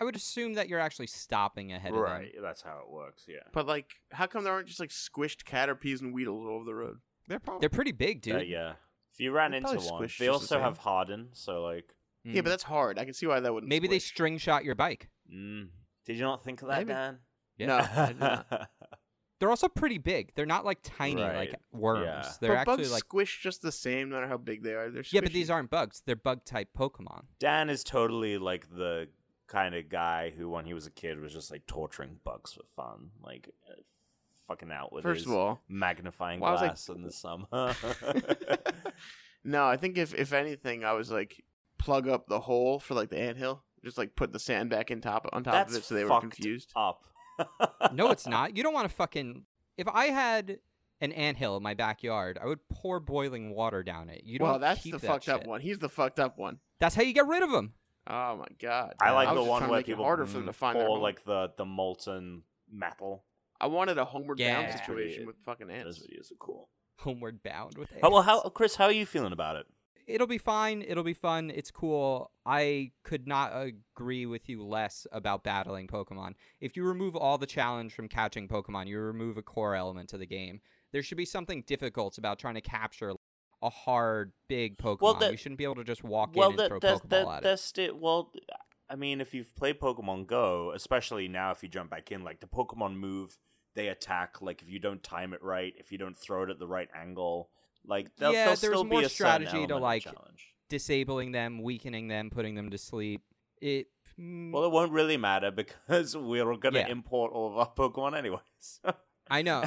S1: I would assume that you're actually stopping ahead of them.
S3: right? That's how it works. Yeah.
S4: But like, how come there aren't just like squished caterpies and weedles all over the road?
S2: They're probably.
S1: They're pretty big, dude.
S3: Uh, yeah. If you ran
S4: They
S3: into
S4: probably
S3: one,
S4: squish
S3: they
S4: just
S3: also
S4: the same.
S3: have Harden, so like,
S1: Mm.
S4: Yeah, but that's hard. I can see why that wouldn't.
S1: maybe they
S4: squish.
S1: string shot your bike.
S3: mm, did you not think of that,
S4: Maybe.
S3: Dan?
S1: Yeah.
S4: No, I did not.
S1: They're also pretty big. They're not like tiny like
S3: Right.
S1: worms.
S3: Yeah.
S1: They're
S4: but
S1: actually
S4: bugs
S1: like
S4: squish just the same, no matter how big they are. They're
S1: yeah, but these
S4: squishy.
S1: aren't bugs. They're bug type Pokemon.
S3: Dan is totally like the kind of guy who, when he was a kid, was just like torturing bugs for fun. Like, uh, fucking out with
S4: First
S3: his
S4: of all,
S3: magnifying
S4: Well, I was like-
S3: glass in the summer.
S4: no, I think if if anything, I was like plug up the hole for like the anthill. Just like put the sand back in top on top
S3: That's
S4: of it, so they were
S3: fucked
S4: confused.
S3: Up.
S1: No, it's not. You don't want to fucking. If I had an anthill in my backyard, I would pour boiling water down it. You don't.
S4: well, that's
S1: keep
S4: the
S1: that
S4: fucked up
S1: shit.
S4: one. He's the fucked up one.
S1: That's how you get rid of them.
S4: Oh my god!
S3: I like
S4: was
S3: the
S4: just trying
S3: one
S4: to
S3: where
S4: make it
S3: people mm,
S4: harder for them to find their
S3: pour
S4: home.
S3: like the the molten metal.
S4: I wanted a homeward
S1: Yeah.
S4: bound situation with fucking
S3: Those
S4: ants.
S3: videos are cool.
S1: Homeward bound with it.
S3: Oh, well, how Chris? How are you feeling about it?
S1: It'll be fine. It'll be fun. It's cool. I could not agree with you less about battling Pokemon. If you remove all the challenge from catching Pokemon, you remove a core element to the game. There should be something difficult about trying to capture a hard, big Pokemon.
S3: that-
S1: you shouldn't be able to just walk
S3: well,
S1: in
S3: that-
S1: and throw
S3: that's,
S1: Pokeball
S3: that-
S1: at it.
S3: that's it. Well, I mean, if you've played Pokemon Go, especially now, if you jump back in, like the Pokemon move, they attack. Like if you don't time it right, if you don't throw it at the right angle, like there'll,
S1: Yeah,
S3: there'll
S1: there was
S3: still
S1: more
S3: be a
S1: strategy
S3: certain
S1: to,
S3: element of
S1: like-
S3: challenge.
S1: Disabling them, weakening them, putting them to sleep. It. mm,
S3: Well, it won't really matter because we're gonna
S1: Yeah. Oh.
S3: import all of our Pokemon anyways.
S1: I know.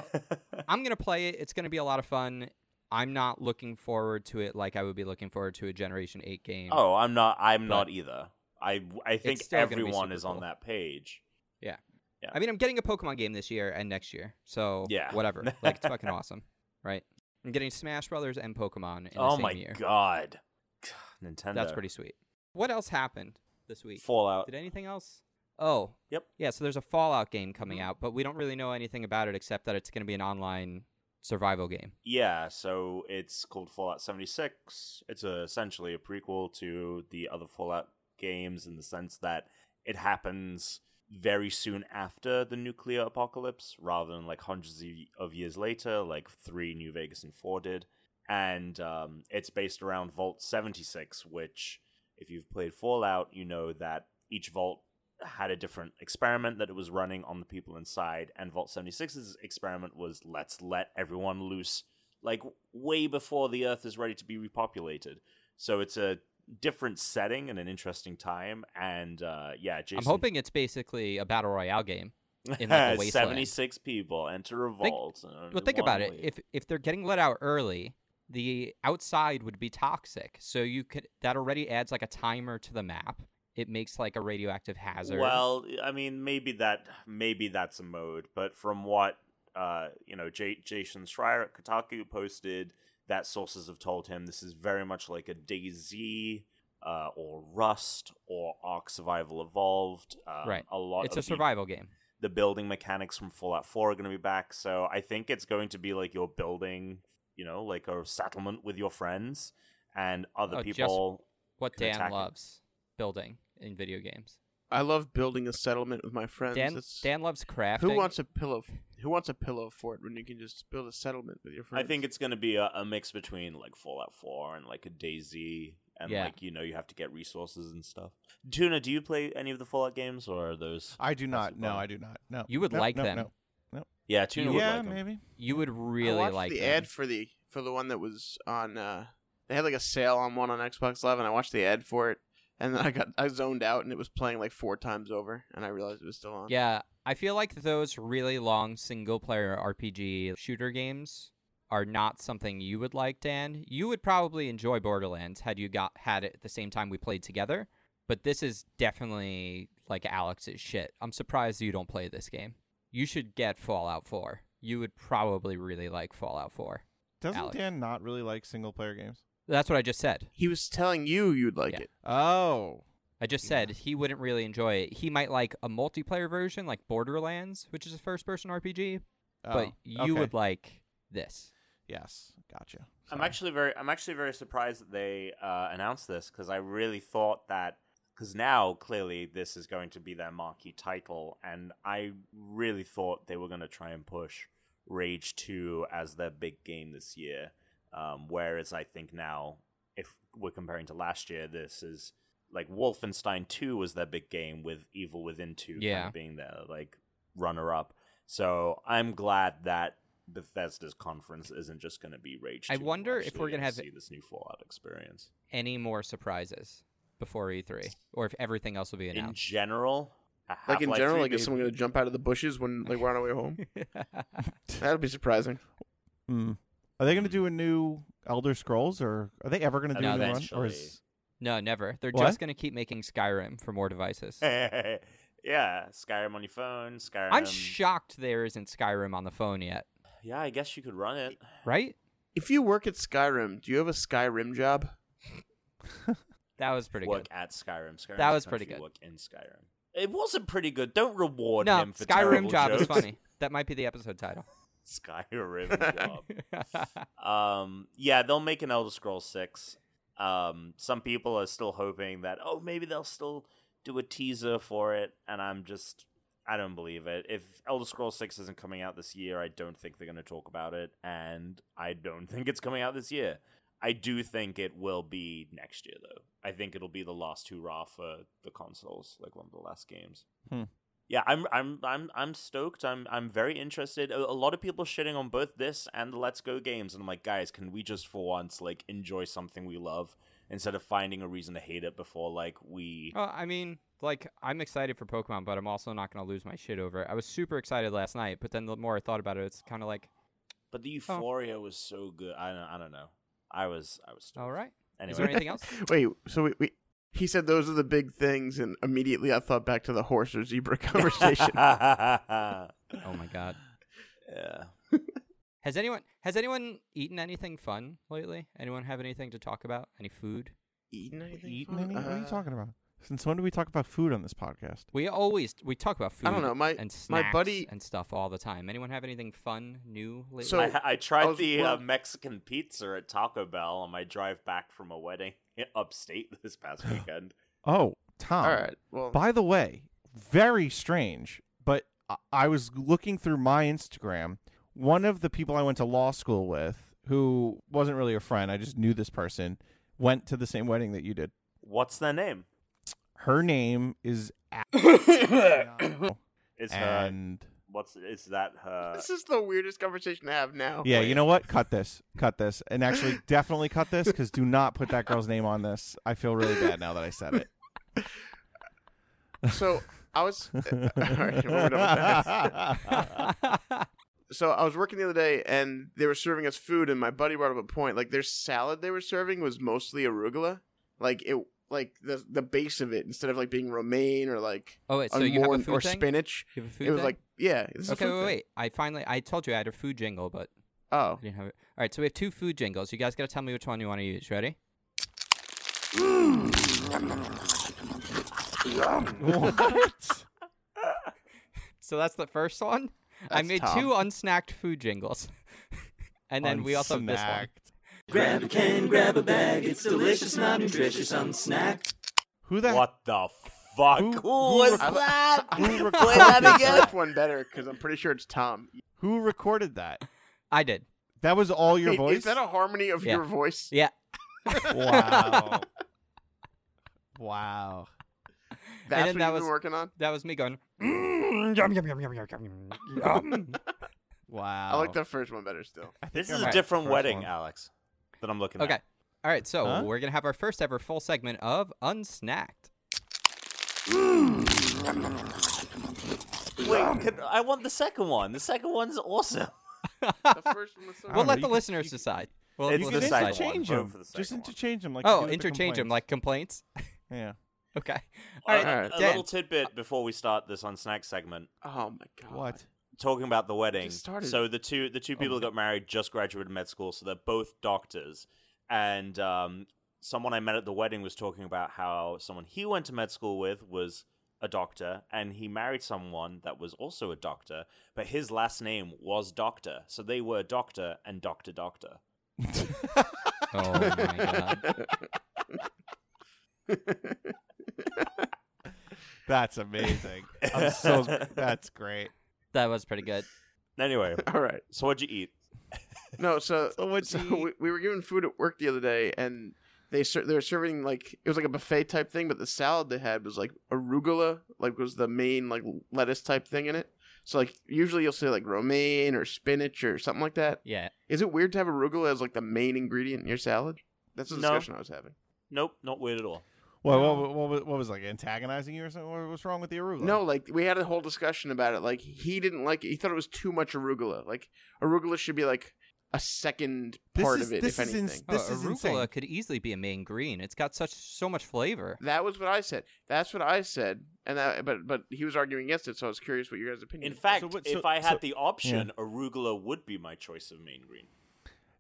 S1: I'm gonna play it. It's gonna be a lot of fun. I'm not looking forward to it like I would be looking forward to a Generation Eight game.
S3: Oh, I'm not. I'm
S1: But-
S3: not either. I I think
S1: still gonna be
S3: everyone
S1: super
S3: is on
S1: cool.
S3: that page.
S1: I mean, I'm getting a Pokemon game this year and next year, so
S3: Yeah.
S1: whatever. Like it's fucking awesome, right? I'm getting Smash Brothers and Pokemon in the
S3: oh
S1: same
S3: my
S1: year.
S3: god, Nintendo.
S1: That's pretty sweet. What else happened this week?
S3: Fallout.
S1: Did anything else? Oh,
S3: Yep. Mm-hmm.
S1: Yeah, so there's a Fallout game coming out, but we don't really know anything about it except that it's going to be an online survival game.
S3: Yeah, so it's called Fallout 76. It's a, essentially a prequel to the other Fallout games in the sense that it happens very soon after the nuclear apocalypse rather than like hundreds of y- of years later, like 3 New Vegas and 4 did. And um, it's based around Vault 76, which, if you've played Fallout, you know that each vault had a different experiment that it was running on the people inside and vault 76's experiment was let's let everyone loose like way before the earth is ready to be repopulated so it's a different setting and an interesting time and uh yeah jason
S1: I'm hoping it's basically a battle royale game. in, like, a wasteland.
S3: 76 people enter a vault and
S1: Well, think
S3: one
S1: about it.
S3: leaves.
S1: If if they're getting let out early, the outside would be toxic. So you could that already adds like a timer to the map. It makes like a radioactive hazard.
S3: Well, I mean, maybe that maybe that's a mode, but from what uh, you know, J- Jason Schreier at Kotaku posted that sources have told him this is very much like a DayZ uh, or Rust or Ark Survival Evolved. Um,
S1: Right.
S3: A lot.
S1: it's
S3: of
S1: a
S3: the-
S1: survival game.
S3: The building mechanics from Fallout Four are going to be back, so I think it's going to be like you're building, you know, like a settlement with your friends and other
S1: Oh, just-
S3: people.
S1: What
S3: can
S1: Dan
S3: attack it.
S1: loves building in video games.
S4: I love building a settlement with my friends.
S1: Dan
S4: It's-
S1: Dan loves crafting.
S4: who wants a pillow? Who wants a pillow fort when you can just build a settlement with your
S3: I
S4: friends?
S3: think it's going to be a, a mix between like Fallout 4 and like a DayZ, and
S1: Yeah.
S3: like you know you have to get resources and stuff. Tuna, do you play any of the Fallout games or are those?
S2: I do not.
S3: Possible.
S2: No, I do not. No.
S1: You would
S2: No,
S1: like
S2: no,
S1: them.
S2: no.
S3: Yeah, Tuna would
S2: yeah,
S3: like 'em.
S2: maybe.
S1: You would
S4: I
S1: really
S4: watched
S1: like
S4: the
S1: them.
S4: ad for the for the one that was on. uh They had like a sale on one on Xbox Live, and I watched the ad for it, and then I got I zoned out, and it was playing like four times over, and I realized it was still on.
S1: Yeah, I feel like those really long single player RPG shooter games are not something you would like, Dan. You would probably enjoy Borderlands had you got had it at the same time we played together, but this is definitely like Alex's shit. I'm surprised you don't play this game. You should get Fallout 4. You would probably really like Fallout 4.
S2: Doesn't
S1: Alex.
S2: Dan not really like single player games?
S1: That's what I just said.
S4: He was telling you you'd like
S1: Yeah.
S4: it.
S2: Oh.
S1: I just
S2: Yeah.
S1: said he wouldn't really enjoy it. He might like a multiplayer version like Borderlands, which is a first person RPG, but
S2: Oh,
S1: you
S2: okay.
S1: would like this.
S2: Yes. Gotcha.
S3: I'm
S2: Sorry.
S3: actually very I'm actually very surprised that they uh, announced this because I really thought that because now clearly this is going to be their marquee title, and I really thought they were going to try and push Rage Two as their big game this year. Um, whereas I think now, if we're comparing to last year, this is like Wolfenstein Two was their big game with Evil Within Two kind of
S1: Yeah.
S3: being their like runner up. So I'm glad that Bethesda's conference isn't just going to be Rage.
S1: I
S3: 2.
S1: wonder if
S3: actually
S1: we're gonna have-
S3: see this new Fallout experience
S1: any more surprises before E3 E or if everything else will be
S3: in
S1: announced.
S3: general. A
S4: Like in
S3: Half-Life
S4: general,
S3: 3,
S4: like is
S3: maybe.
S4: someone gonna jump out of the bushes when like we're on our way home? That'd be surprising.
S2: Mm. Are they going to do a new Elder Scrolls, or are they ever going to do a new one? Or
S3: Eventually.
S2: is
S1: no, never. They're
S2: What?
S1: just going to keep making Skyrim for more devices.
S3: yeah, Skyrim on your phone. Skyrim.
S1: I'm shocked there isn't Skyrim on the phone yet,
S3: yeah, I guess you could run it.
S1: right?
S4: If you work at Skyrim, do you have a Skyrim job?
S1: That was pretty
S3: work
S1: good.
S3: at Skyrim. Skyrim
S1: That
S3: is
S1: was
S3: not
S1: pretty
S3: if you
S1: good.
S3: Work in Skyrim. It wasn't pretty good. Don't reward
S1: No,
S3: him for
S1: Skyrim
S3: terrible
S1: job is
S3: jokes.
S1: funny. That might be the episode title.
S3: Skyrim job. Um, yeah, they'll make an Elder Scrolls six. Um, some people are still hoping that oh maybe they'll still do a teaser for it, and I'm just I don't believe it. If Elder Scrolls six isn't coming out this year, I don't think they're going to talk about it, and I don't think it's coming out this year. I do think it will be next year though. I think it'll be the last hurrah for the consoles, like one of the last games.
S2: Hmm.
S3: Yeah, I'm I'm I'm I'm stoked. I'm I'm very interested. A, a lot of people shitting on both this and the Let's Go games, and I'm like, guys, can we just for once like enjoy something we love instead of finding a reason to hate it before like we
S1: Well, I mean, like, I'm excited for Pokemon, but I'm also not going to lose my shit over it. I was super excited last night, but then the more I thought about it, it's kind of like,
S3: But the euphoria was so good. I don't I don't know. I was I was stoked.
S1: all right.
S3: Anyway,
S1: Is there anything else?
S4: Wait, so we, we he said those are the big things, and immediately I thought back to the horse or zebra conversation.
S1: Oh my god.
S3: Yeah.
S1: Has anyone has anyone eaten anything fun lately? Anyone have anything to talk about? Any food?
S4: Eating anything?
S2: eating
S4: fun?
S2: any? what are you
S4: Uh,
S2: talking about? Since when do we talk about food on this podcast?
S1: We always we talk about food.
S4: I don't know, my-
S1: and
S4: my
S1: snacks
S4: buddy-
S1: and stuff all the time. Anyone have anything fun new lately?
S4: So-
S1: I-
S3: I, I tried
S4: was-
S3: the uh,
S4: well-
S3: Mexican pizza at Taco Bell on my drive back from a wedding upstate this past weekend.
S2: Oh, Tom.
S4: All right. Well,
S2: By the way, very strange, but I- I was looking through my Instagram. One of the people I went to law school with, who wasn't really a friend, I just knew this person, went to the same wedding that you did.
S3: What's their name?
S2: Her name is
S3: Is her
S2: and
S3: what's is that her?
S4: this is the weirdest conversation to have now.
S2: yeah, you know what? Cut this, cut this, and actually definitely cut this because do not put that girl's name on this. I feel really bad now that I said it.
S4: So I was. all right, we're done with that. so I was working the other day and they were serving us food and my buddy brought up a point like their salad they were serving was mostly arugula like it like the the base of it instead of like being romaine or like
S1: oh wait, so
S4: a
S1: you have a
S4: morn-
S1: food
S4: or
S1: thing?
S4: spinach
S1: You have a food
S4: it was
S1: thing?
S4: like yeah this is a
S1: okay,
S4: food
S1: wait,
S4: thing.
S1: wait. I finally I told you I had a food jingle, but
S4: oh
S1: I didn't have it. All right, so we have two food jingles. You guys got to tell me which one you want to use. Ready?
S2: what?
S1: So that's the first one. I
S4: That's
S1: made
S4: Tom.
S1: two unsnacked food jingles, and then we also have this one.
S2: Unsnacked.
S5: Grab a can, grab a bag. It's delicious, not nutritious. I'm snack.
S2: Who the
S3: What the fuck?
S2: Who-
S3: Who,
S2: who
S3: was
S2: rec-
S3: that?
S2: who
S3: Play
S2: recorded
S3: that
S4: I
S3: again.
S4: like one better because I'm pretty sure it's Tom
S2: Who recorded that?
S1: I did.
S2: That was all your
S4: Hey,
S2: voice.
S4: is that a harmony of
S1: Yeah.
S4: your voice
S1: Yeah.
S2: wow. wow.
S4: that's
S1: then
S4: what
S1: that
S4: you've
S1: was-
S4: been working on
S1: That was me going.
S2: Wow.
S4: I
S1: Oh.
S4: like the first one better still
S3: This is
S1: Alright,
S3: a different
S2: first
S3: wedding,
S2: one.
S3: Alex. That I'm looking
S1: Okay.
S3: at.
S1: All right. So
S2: Huh?
S1: we're gonna have our first ever full segment of unsnacked.
S3: Okay. Wait, could, I want the second one. The second one's awesome.
S4: the first one was so
S2: I
S1: We'll let
S2: don't know, Oh, you
S1: the
S2: could-
S1: listeners
S2: you could-
S1: decide. We'll let
S3: It's
S1: the
S2: You
S3: the
S2: can
S1: listeners
S3: second
S1: decide.
S2: interchange
S3: one.
S2: them.
S3: Vote for the second
S2: Just
S3: one.
S2: interchange them. Like you do
S1: Oh,
S2: with the
S1: interchange them
S2: complaints.
S1: like complaints.
S2: yeah.
S1: Okay.
S3: All
S4: Alright,
S3: right,
S4: alright.
S3: Uh, a
S1: Dan.
S3: little tidbit before we start this on snack segment.
S4: oh my god
S2: What?
S3: Talking about the wedding,
S4: Just started.
S3: so the two the two people that got married just graduated med school, so they're both doctors. And um, someone I met at the wedding was talking about how someone he went to med school with was a doctor, and he married someone that was also a doctor, but his last name was Doctor, so they were Doctor and Doctor Doctor.
S1: Oh my god.
S2: That's amazing. I'm so. That's great.
S1: That was pretty good.
S3: Anyway,
S4: all right
S3: so what'd you eat?
S4: No, so
S2: So what'd
S4: so
S2: you eat?
S4: we, we were given food at work the other day, and they ser- they were serving like it was like a buffet type thing, but the salad they had was like arugula, like was the main like lettuce type thing in it. So like usually you'll say like romaine or spinach or something like that.
S1: Yeah.
S4: Is it weird to have arugula as like the main ingredient in your salad? That's the
S3: No.
S4: discussion I was having.
S3: Nope, not weird at all.
S2: What, what, what, wa- what was like antagonizing you or something? What- What's wrong with the arugula?
S4: No, like we had a whole discussion about it. Like he didn't like it. He thought it was too much arugula. Like arugula should be like a second
S2: This
S4: part
S2: is-
S4: of it,
S2: this
S4: if
S2: is ins-
S4: anything.
S2: This
S1: oh,
S2: is
S1: arugula
S2: insane.
S1: could easily be a main green. It's got such so much flavor.
S4: that was what I said. That's what I said. And that, but but he was arguing against it, so I was curious Mm, what your guys' opinion.
S3: In
S4: was.
S3: fact,
S2: So what- so-
S3: if I had
S2: so-
S3: the option, arugula would be my choice of main green.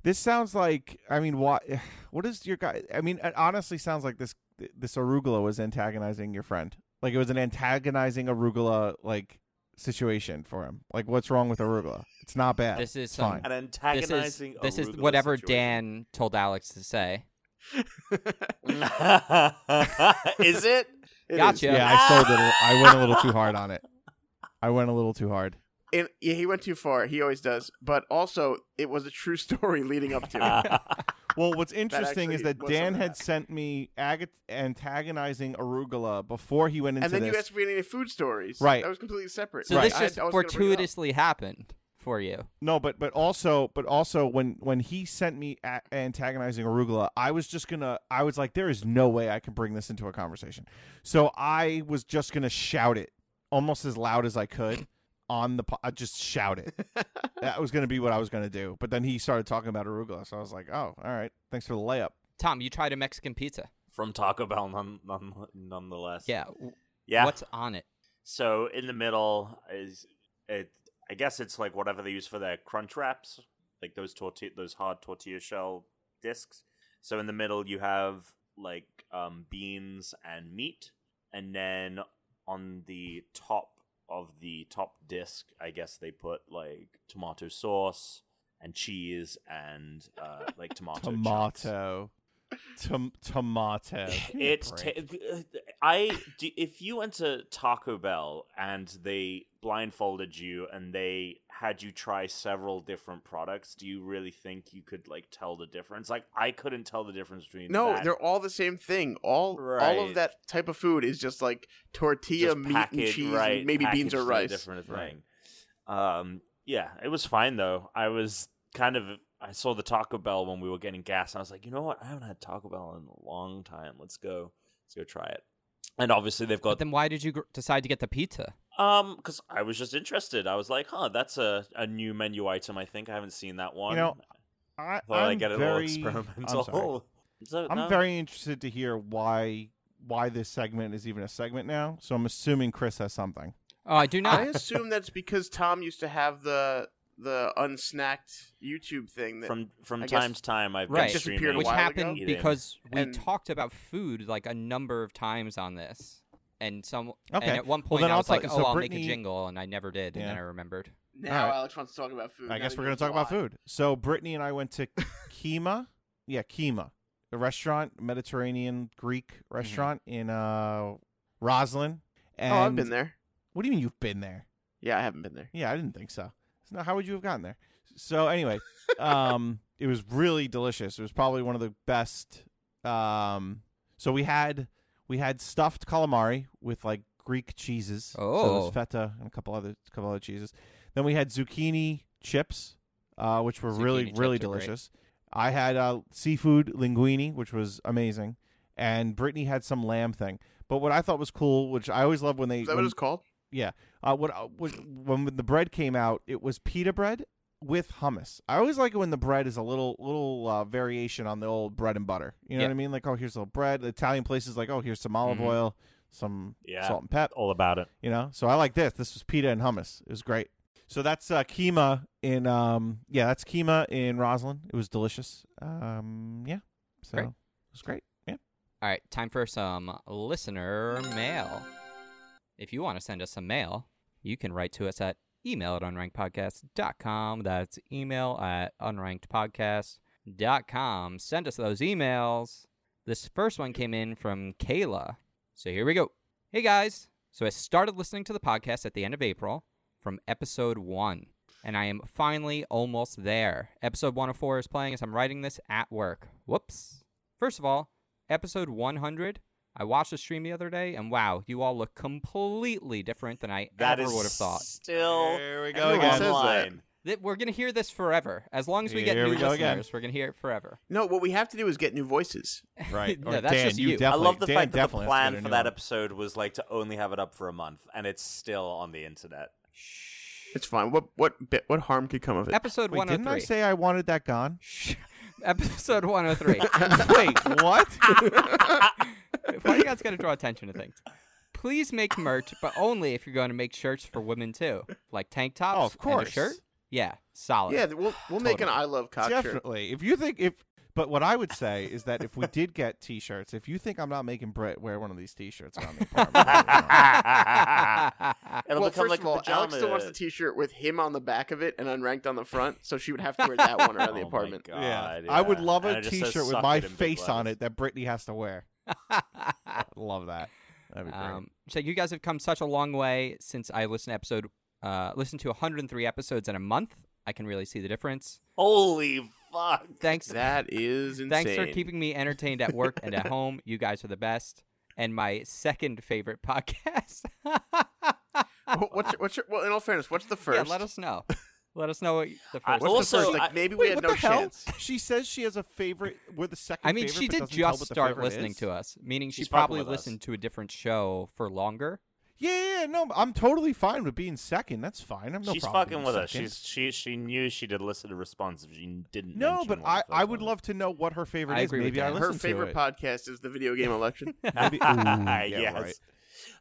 S2: This sounds like I mean, what what is your guy? I mean, it honestly sounds like this this arugula was antagonizing your friend. Like it was an antagonizing arugula like situation for him. Like what's wrong with arugula? It's not bad.
S1: This is
S2: It's
S1: some- This
S2: fine.
S3: An
S1: is
S3: antagonizing.
S1: this is
S3: arugula
S1: whatever
S3: situation.
S1: Dan told Alex to say.
S3: is it?
S4: It
S1: Gotcha.
S4: is.
S1: Yeah.
S2: Yeah, I sold it. a- I went a little too hard on it. I went a little too hard.
S4: And yeah, he went too far. He always does. But also, it was a true story leading up
S2: Ah,
S4: to it.
S2: Well, what's interesting is
S4: actually
S2: that
S4: was
S2: Dan
S4: something
S2: had
S4: that-
S2: sent me ag- antagonizing arugula before he went into
S4: and then
S2: this.
S4: you asked me any food stories.
S2: Right.
S4: That was completely separate.
S1: So
S2: Right.
S1: this
S4: I-
S1: just
S4: I was gonna bring it up.
S1: fortuitously happened for you.
S2: No, but but also but also when when he sent me a antagonizing arugula, I was just gonna I was like, there is no way I can bring this into a conversation. So I was just gonna shout it almost as loud as I could on the po- I just shout it. that was gonna be what I was gonna do. But then he started talking about arugula, so I was like, oh, all right, thanks for the layup.
S1: Tom, you tried a Mexican pizza.
S3: From Taco Bell, none, none, nonetheless.
S1: Yeah. w-
S3: Yeah.
S1: What's on it?
S3: So in the middle is it. I guess it's like whatever they use for their crunch wraps, like those tortilla, those hard tortilla shell discs. So in the middle you have like um, beans and meat, and then on the top of the top disc, I guess they put like tomato sauce and cheese and uh, like tomato. chunks.
S2: Tomato. Tom- tomato. Give me a
S3: It's
S2: break.
S3: ta- I do, if you went to Taco Bell and they blindfolded you and they had you try several different products, do you really think you could like tell the difference? Like I couldn't tell the difference between
S4: No,
S3: that.
S4: they're all the same thing. All all
S3: Right.
S4: of that type of food is just like tortilla,
S3: just
S4: meat, and
S3: packaged,
S4: cheese,
S3: right,
S4: and maybe
S3: packaged
S4: beans or
S3: in a
S4: rice.
S3: Different
S2: Right.
S3: thing. Um, yeah, it was fine though. I was kind of I saw the Taco Bell when we were getting gas, and I was like, you know what? I haven't had Taco Bell in a long time. Let's go, let's go try it. And obviously they've
S1: But
S3: got
S1: then why did you gr- decide to get the pizza?
S3: Um, because I was just interested. I was like, huh, that's a, a new menu item. I think I haven't seen that one.
S2: know, I,
S3: Thought I'd
S2: I'm
S3: get a
S2: very,
S3: little
S2: I'm sorry.
S3: experimental. So, uh,
S2: I'm
S3: no.
S2: very interested to hear why why this segment is even a segment now. So I'm assuming Chris has something.
S1: Oh, I do
S4: I
S1: not.
S4: assume that's because Tom used to have the the unsnacked YouTube thing that
S3: from from
S4: I guess-
S3: time to time I've
S1: Right.
S3: been
S4: Disappeared
S3: streaming
S4: a
S1: which
S4: while
S1: happened
S3: ago?
S1: because we
S4: And-
S1: talked about food like a number of times on this. And some
S2: Okay.
S1: and at one
S2: Well,
S1: point
S2: then
S1: I
S2: I'll
S1: was like,
S2: tell-
S1: "Oh,
S2: so
S1: I'll make a
S2: Brittany-
S1: jingle," and I never did, and then
S2: Yeah.
S1: I remembered.
S4: now
S2: All right.
S4: Alex wants to talk about food.
S2: I
S4: Now
S2: guess
S4: he
S3: Mm,
S2: we're gonna
S4: knows
S2: talk about
S4: why.
S2: food. So Brittany and I went to Kima. Yeah, Kima, a restaurant, Mediterranean Greek
S3: Mm-hmm.
S2: restaurant in uh, Roslyn. And
S4: Oh, I've been there.
S2: What do you mean you've been there?
S4: Yeah, I haven't been there.
S2: Yeah, I didn't think so. So how would you have gotten there? So anyway, um, it was really delicious. It was probably one of the best. Um, so we had we had stuffed calamari with like Greek cheeses. so there
S1: Oh.
S2: was feta and a couple other couple other cheeses. Then we had zucchini chips, uh, which were really
S1: Zucchini
S2: really
S1: chips are great.
S2: delicious. I had uh, seafood linguine, which was amazing, and Brittany had some lamb thing. But what I thought was cool, which I always love when they
S4: Is that
S2: when-
S4: what it's called?
S2: yeah. Uh, what, uh, what when the bread came out, it was pita bread with hummus. I always like it when the bread is a little little uh, variation on the old bread and butter. You know
S1: Yeah.
S2: what I mean? Like, oh, here's a little bread. The Italian places like, oh, here's some olive
S1: Mhm.
S2: oil, some
S3: Mm-hmm. Yeah.
S2: salt and pep.
S3: all about it.
S2: You know, so I like this. This was pita and hummus. It was great. So that's uh, Kima in um yeah, that's Kima in Roslyn. It was delicious. Um yeah, so
S1: Great.
S2: it was great. Yeah,
S1: All right, time for some listener mail. If you want to send us some mail, you can write to us at email at unrankedpodcast.com. That's email at unrankedpodcast.com. Send us those emails. This first one came in from Kayla. So here we go. Hey guys. So I started listening to the podcast at the end of April from episode one, and I am finally almost there. Episode 104 is playing as I'm writing this at work. Whoops. First of all, episode 100. I watched the stream the other day, and wow, you all look completely different than I
S3: That
S1: ever
S3: is
S1: would have thought.
S3: still
S2: There we
S4: go
S3: everyone
S4: again.
S3: online.
S1: Th- We're gonna hear this forever. As long as we get
S2: Here
S1: new
S2: we go
S1: listeners,
S2: again.
S1: we're gonna hear it forever.
S4: No, what we have to do is get new voices.
S2: Right.
S1: No,
S2: Or
S1: that's
S2: Dan,
S1: just you. I
S3: I
S2: definitely-
S3: love the
S2: Dan
S3: fact that the
S2: definitely has to get
S3: plan
S2: a
S3: for
S2: new
S3: that
S2: one.
S3: episode was like to only have it up for a month, and it's still on the internet.
S4: It's fine. What what bit, what harm could come of it?
S1: Episode
S2: Wait,
S1: one hundred
S2: didn't I
S1: three.
S2: say I wanted that gone?
S1: Episode one hundred three.
S2: Wait, what?
S1: Why do you guys gotta draw attention to things? Please make merch, but only if you're going to make shirts for women too, like tank tops.
S2: Oh, of
S1: And
S2: course.
S1: a shirt. Yeah, solid.
S4: yeah, th- we'll we'll make an
S1: Totally.
S4: I love cock shirt.
S2: Definitely. If you think if but what I would say is that if we did get t-shirts, if you think I'm not making Brett wear one of these t-shirts around the apartment, I don't know.
S3: It'll
S4: well,
S3: become
S4: first
S3: like
S4: of all,
S3: a pajama.
S4: Alex still wants a T-shirt with him on the back of it and unranked on the front, so she would have to wear that one around the
S3: Oh my
S4: apartment.
S3: God,
S2: yeah. I would love
S3: And
S2: a
S3: it just says
S2: t-shirt with
S3: "Suck
S2: my
S3: it" in big
S2: face on
S3: letters.
S2: it that Brittany has to wear. Love that. That'd be great.
S1: Um, so you guys have come such a long way since I listened to episode, uh, listened to 103 episodes in a month. I can really see the difference.
S3: Holy fuck!
S1: Thanks,
S4: That is insane.
S1: thanks for keeping me entertained at work and at home. You guys are the best, and my second favorite podcast.
S4: Wh- What's your, what's your, well, in all fairness, what's the first?
S1: yeah, let us know. Let us know what the
S3: I-
S1: first.
S4: What's
S3: Also,
S4: the first? Like
S3: I-
S4: maybe we
S2: Wait,
S4: had
S2: what
S4: no
S2: the hell?
S4: chance.
S2: She says she has a favorite. We're the second.
S1: I mean,
S2: favorite,
S1: she
S2: but
S1: did
S2: doesn't tell
S1: just
S2: what the
S1: start
S2: favorite
S1: listening
S2: is.
S1: to us, meaning she
S3: She's fucking
S1: probably
S3: with us.
S1: listened to a different show for longer.
S2: Yeah, yeah, yeah, no, I'm totally fine with being second. That's fine. I'm no
S3: She's
S2: problem
S3: fucking
S2: being
S3: with us.
S2: second.
S3: She's she she knew she did listen to responsive. She didn't.
S2: no,
S3: mention
S2: but
S3: one
S2: I,
S3: of the
S2: I
S3: first
S2: would
S3: ones.
S2: love to know what her favorite
S1: I
S2: is.
S1: agree with
S2: Maybe I
S1: Dan.
S2: listen
S4: Her favorite
S2: to
S4: podcast is the video game election.
S2: it. Maybe, ooh, yeah,
S3: ah, yes.
S2: right.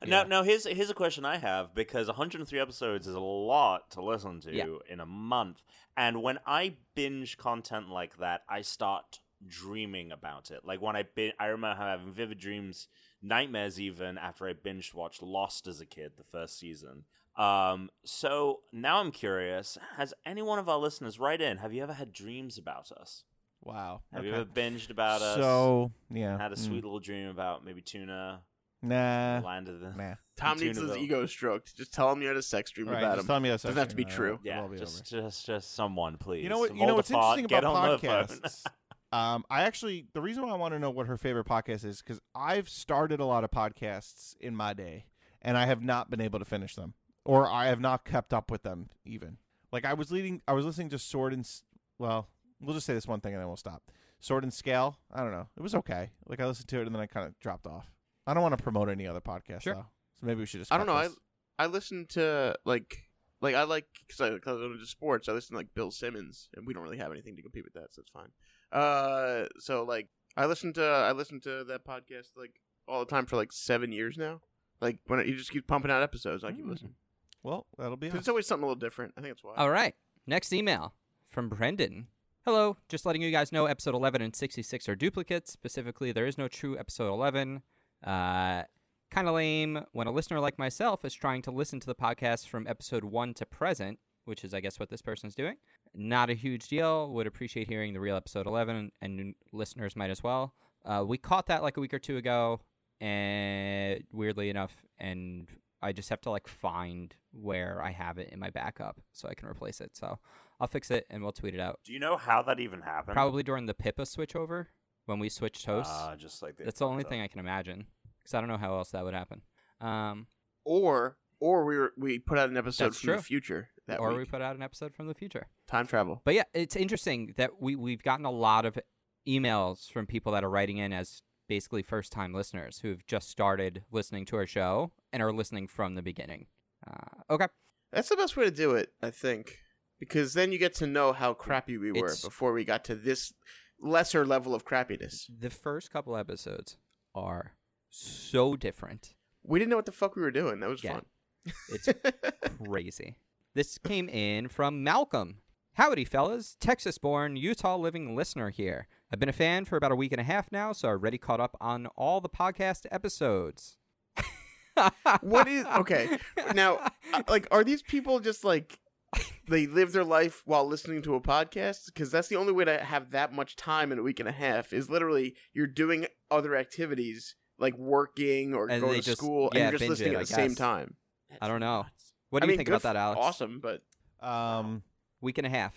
S1: Yeah.
S3: Now, now here's here's a question I have because 103 episodes is a lot to listen to
S1: Yeah.
S3: in a month, and when I binge content like that, I start dreaming about it. Like when I bin- I remember having vivid dreams, nightmares even after I binge watched Lost as a kid, the first season. Um, so now I'm curious: Has any one of our listeners write in? Have you ever had dreams about us?
S2: Wow.
S3: Have you
S2: okay.
S3: ever binged about us?
S2: So yeah,
S3: had a
S2: mm,
S3: sweet little dream about maybe tuna,
S2: Nah,
S3: land of the.
S2: nah.
S4: Tom needs his
S3: Tuneville.
S4: ego stroked. Just tell him you had a sex dream
S2: Right,
S4: about
S2: just
S4: him.
S2: tell me that's
S4: Doesn't have to be
S2: actually-
S4: true.
S2: uh,
S3: Yeah,
S2: it'll be over.
S3: just, just just someone, please.
S2: You know what?
S3: Of
S2: You
S3: all
S2: know
S3: the
S2: what's
S3: thought,
S2: interesting
S3: get on
S2: about
S3: the phone.
S2: podcasts. um, I actually the reason why I want to know what her favorite podcast is because I've started a lot of podcasts in my day, and I have not been able to finish them, or I have not kept up with them even. Like I was leading, I was listening to Sword and S- well, we'll just say this one thing and then we'll stop. Sword and Scale. I don't know. It was okay. Like I listened to it and then I kind of dropped off. I don't want to promote any other podcast
S1: Sure.
S2: though, so maybe we should just.
S4: I don't
S2: cut
S4: know. I
S2: this.
S4: I listen to like like I like because I, 'cause I'm into sports. I listen to like Bill Simmons, and we don't really have anything to compete with that, so it's fine. Uh, so like I listen to I listen to that podcast like all the time for like seven years now. Like when it, you just keep pumping out episodes, I keep
S2: Mm.
S4: listening.
S2: well, that'll be.
S4: 'Cause
S2: us.
S4: It's always something a little different. I think that's why.
S1: All right. Next email from Brendan. Hello. Just letting you guys know episode 11 and 66 are duplicates. Specifically, there is no true episode 11. Uh, kind of lame when a listener like myself is trying to listen to the podcast from episode 1 to present, which is, I guess, what this person's doing. Not a huge deal. Would appreciate hearing the real episode 11, and new listeners might as well. Uh, we caught that like a week or two ago, and weirdly enough, and I just have to like find where I have it in my backup so I can replace it. So I'll fix it and we'll tweet it out.
S3: Do you know how that even happened?
S1: Probably during the Pippa switchover when we switched hosts.
S3: Uh, just like they
S1: That's the only
S3: fucked
S1: thing
S3: up.
S1: I can imagine because I don't know how else that would happen. Um,
S4: Or or we were, we put out an episode
S1: That's
S4: from
S1: true.
S4: the future that
S1: or
S4: week.
S1: we put out an episode from the future.
S4: time travel.
S1: But yeah, it's interesting that we we've gotten a lot of emails from people that are writing in as basically first time listeners who've just started listening to our show and are listening from the beginning. Uh, okay,
S4: That's the best way to do it, I think, because then you get to know how crappy we were
S1: It's-
S4: before we got to this lesser level of crappiness.
S1: the first couple episodes are so different.
S4: We didn't know what the fuck we were doing. That was
S1: Yeah.
S4: fun.
S1: It's crazy. This came in from Malcolm. Howdy, fellas. Texas born, Utah living listener here. I've been a fan for about a week and a half now, so I already caught up on all the podcast episodes.
S4: what is okay? Now, uh, like, are these people just like they live their life while listening to a podcast? Because that's the only way to have that much time in a week and a half is literally you're doing other activities like working or
S1: And they
S4: going to
S1: just-
S4: school,
S1: yeah,
S4: and you're just
S1: binge
S4: listening
S1: it,
S4: at
S1: I
S4: the same
S1: guess.
S4: time.
S1: I don't know. What do
S4: I
S1: you
S4: mean,
S1: think
S4: good
S1: about that,
S4: for-
S1: Alex?
S4: Awesome, but
S2: Um,
S1: Week and a half.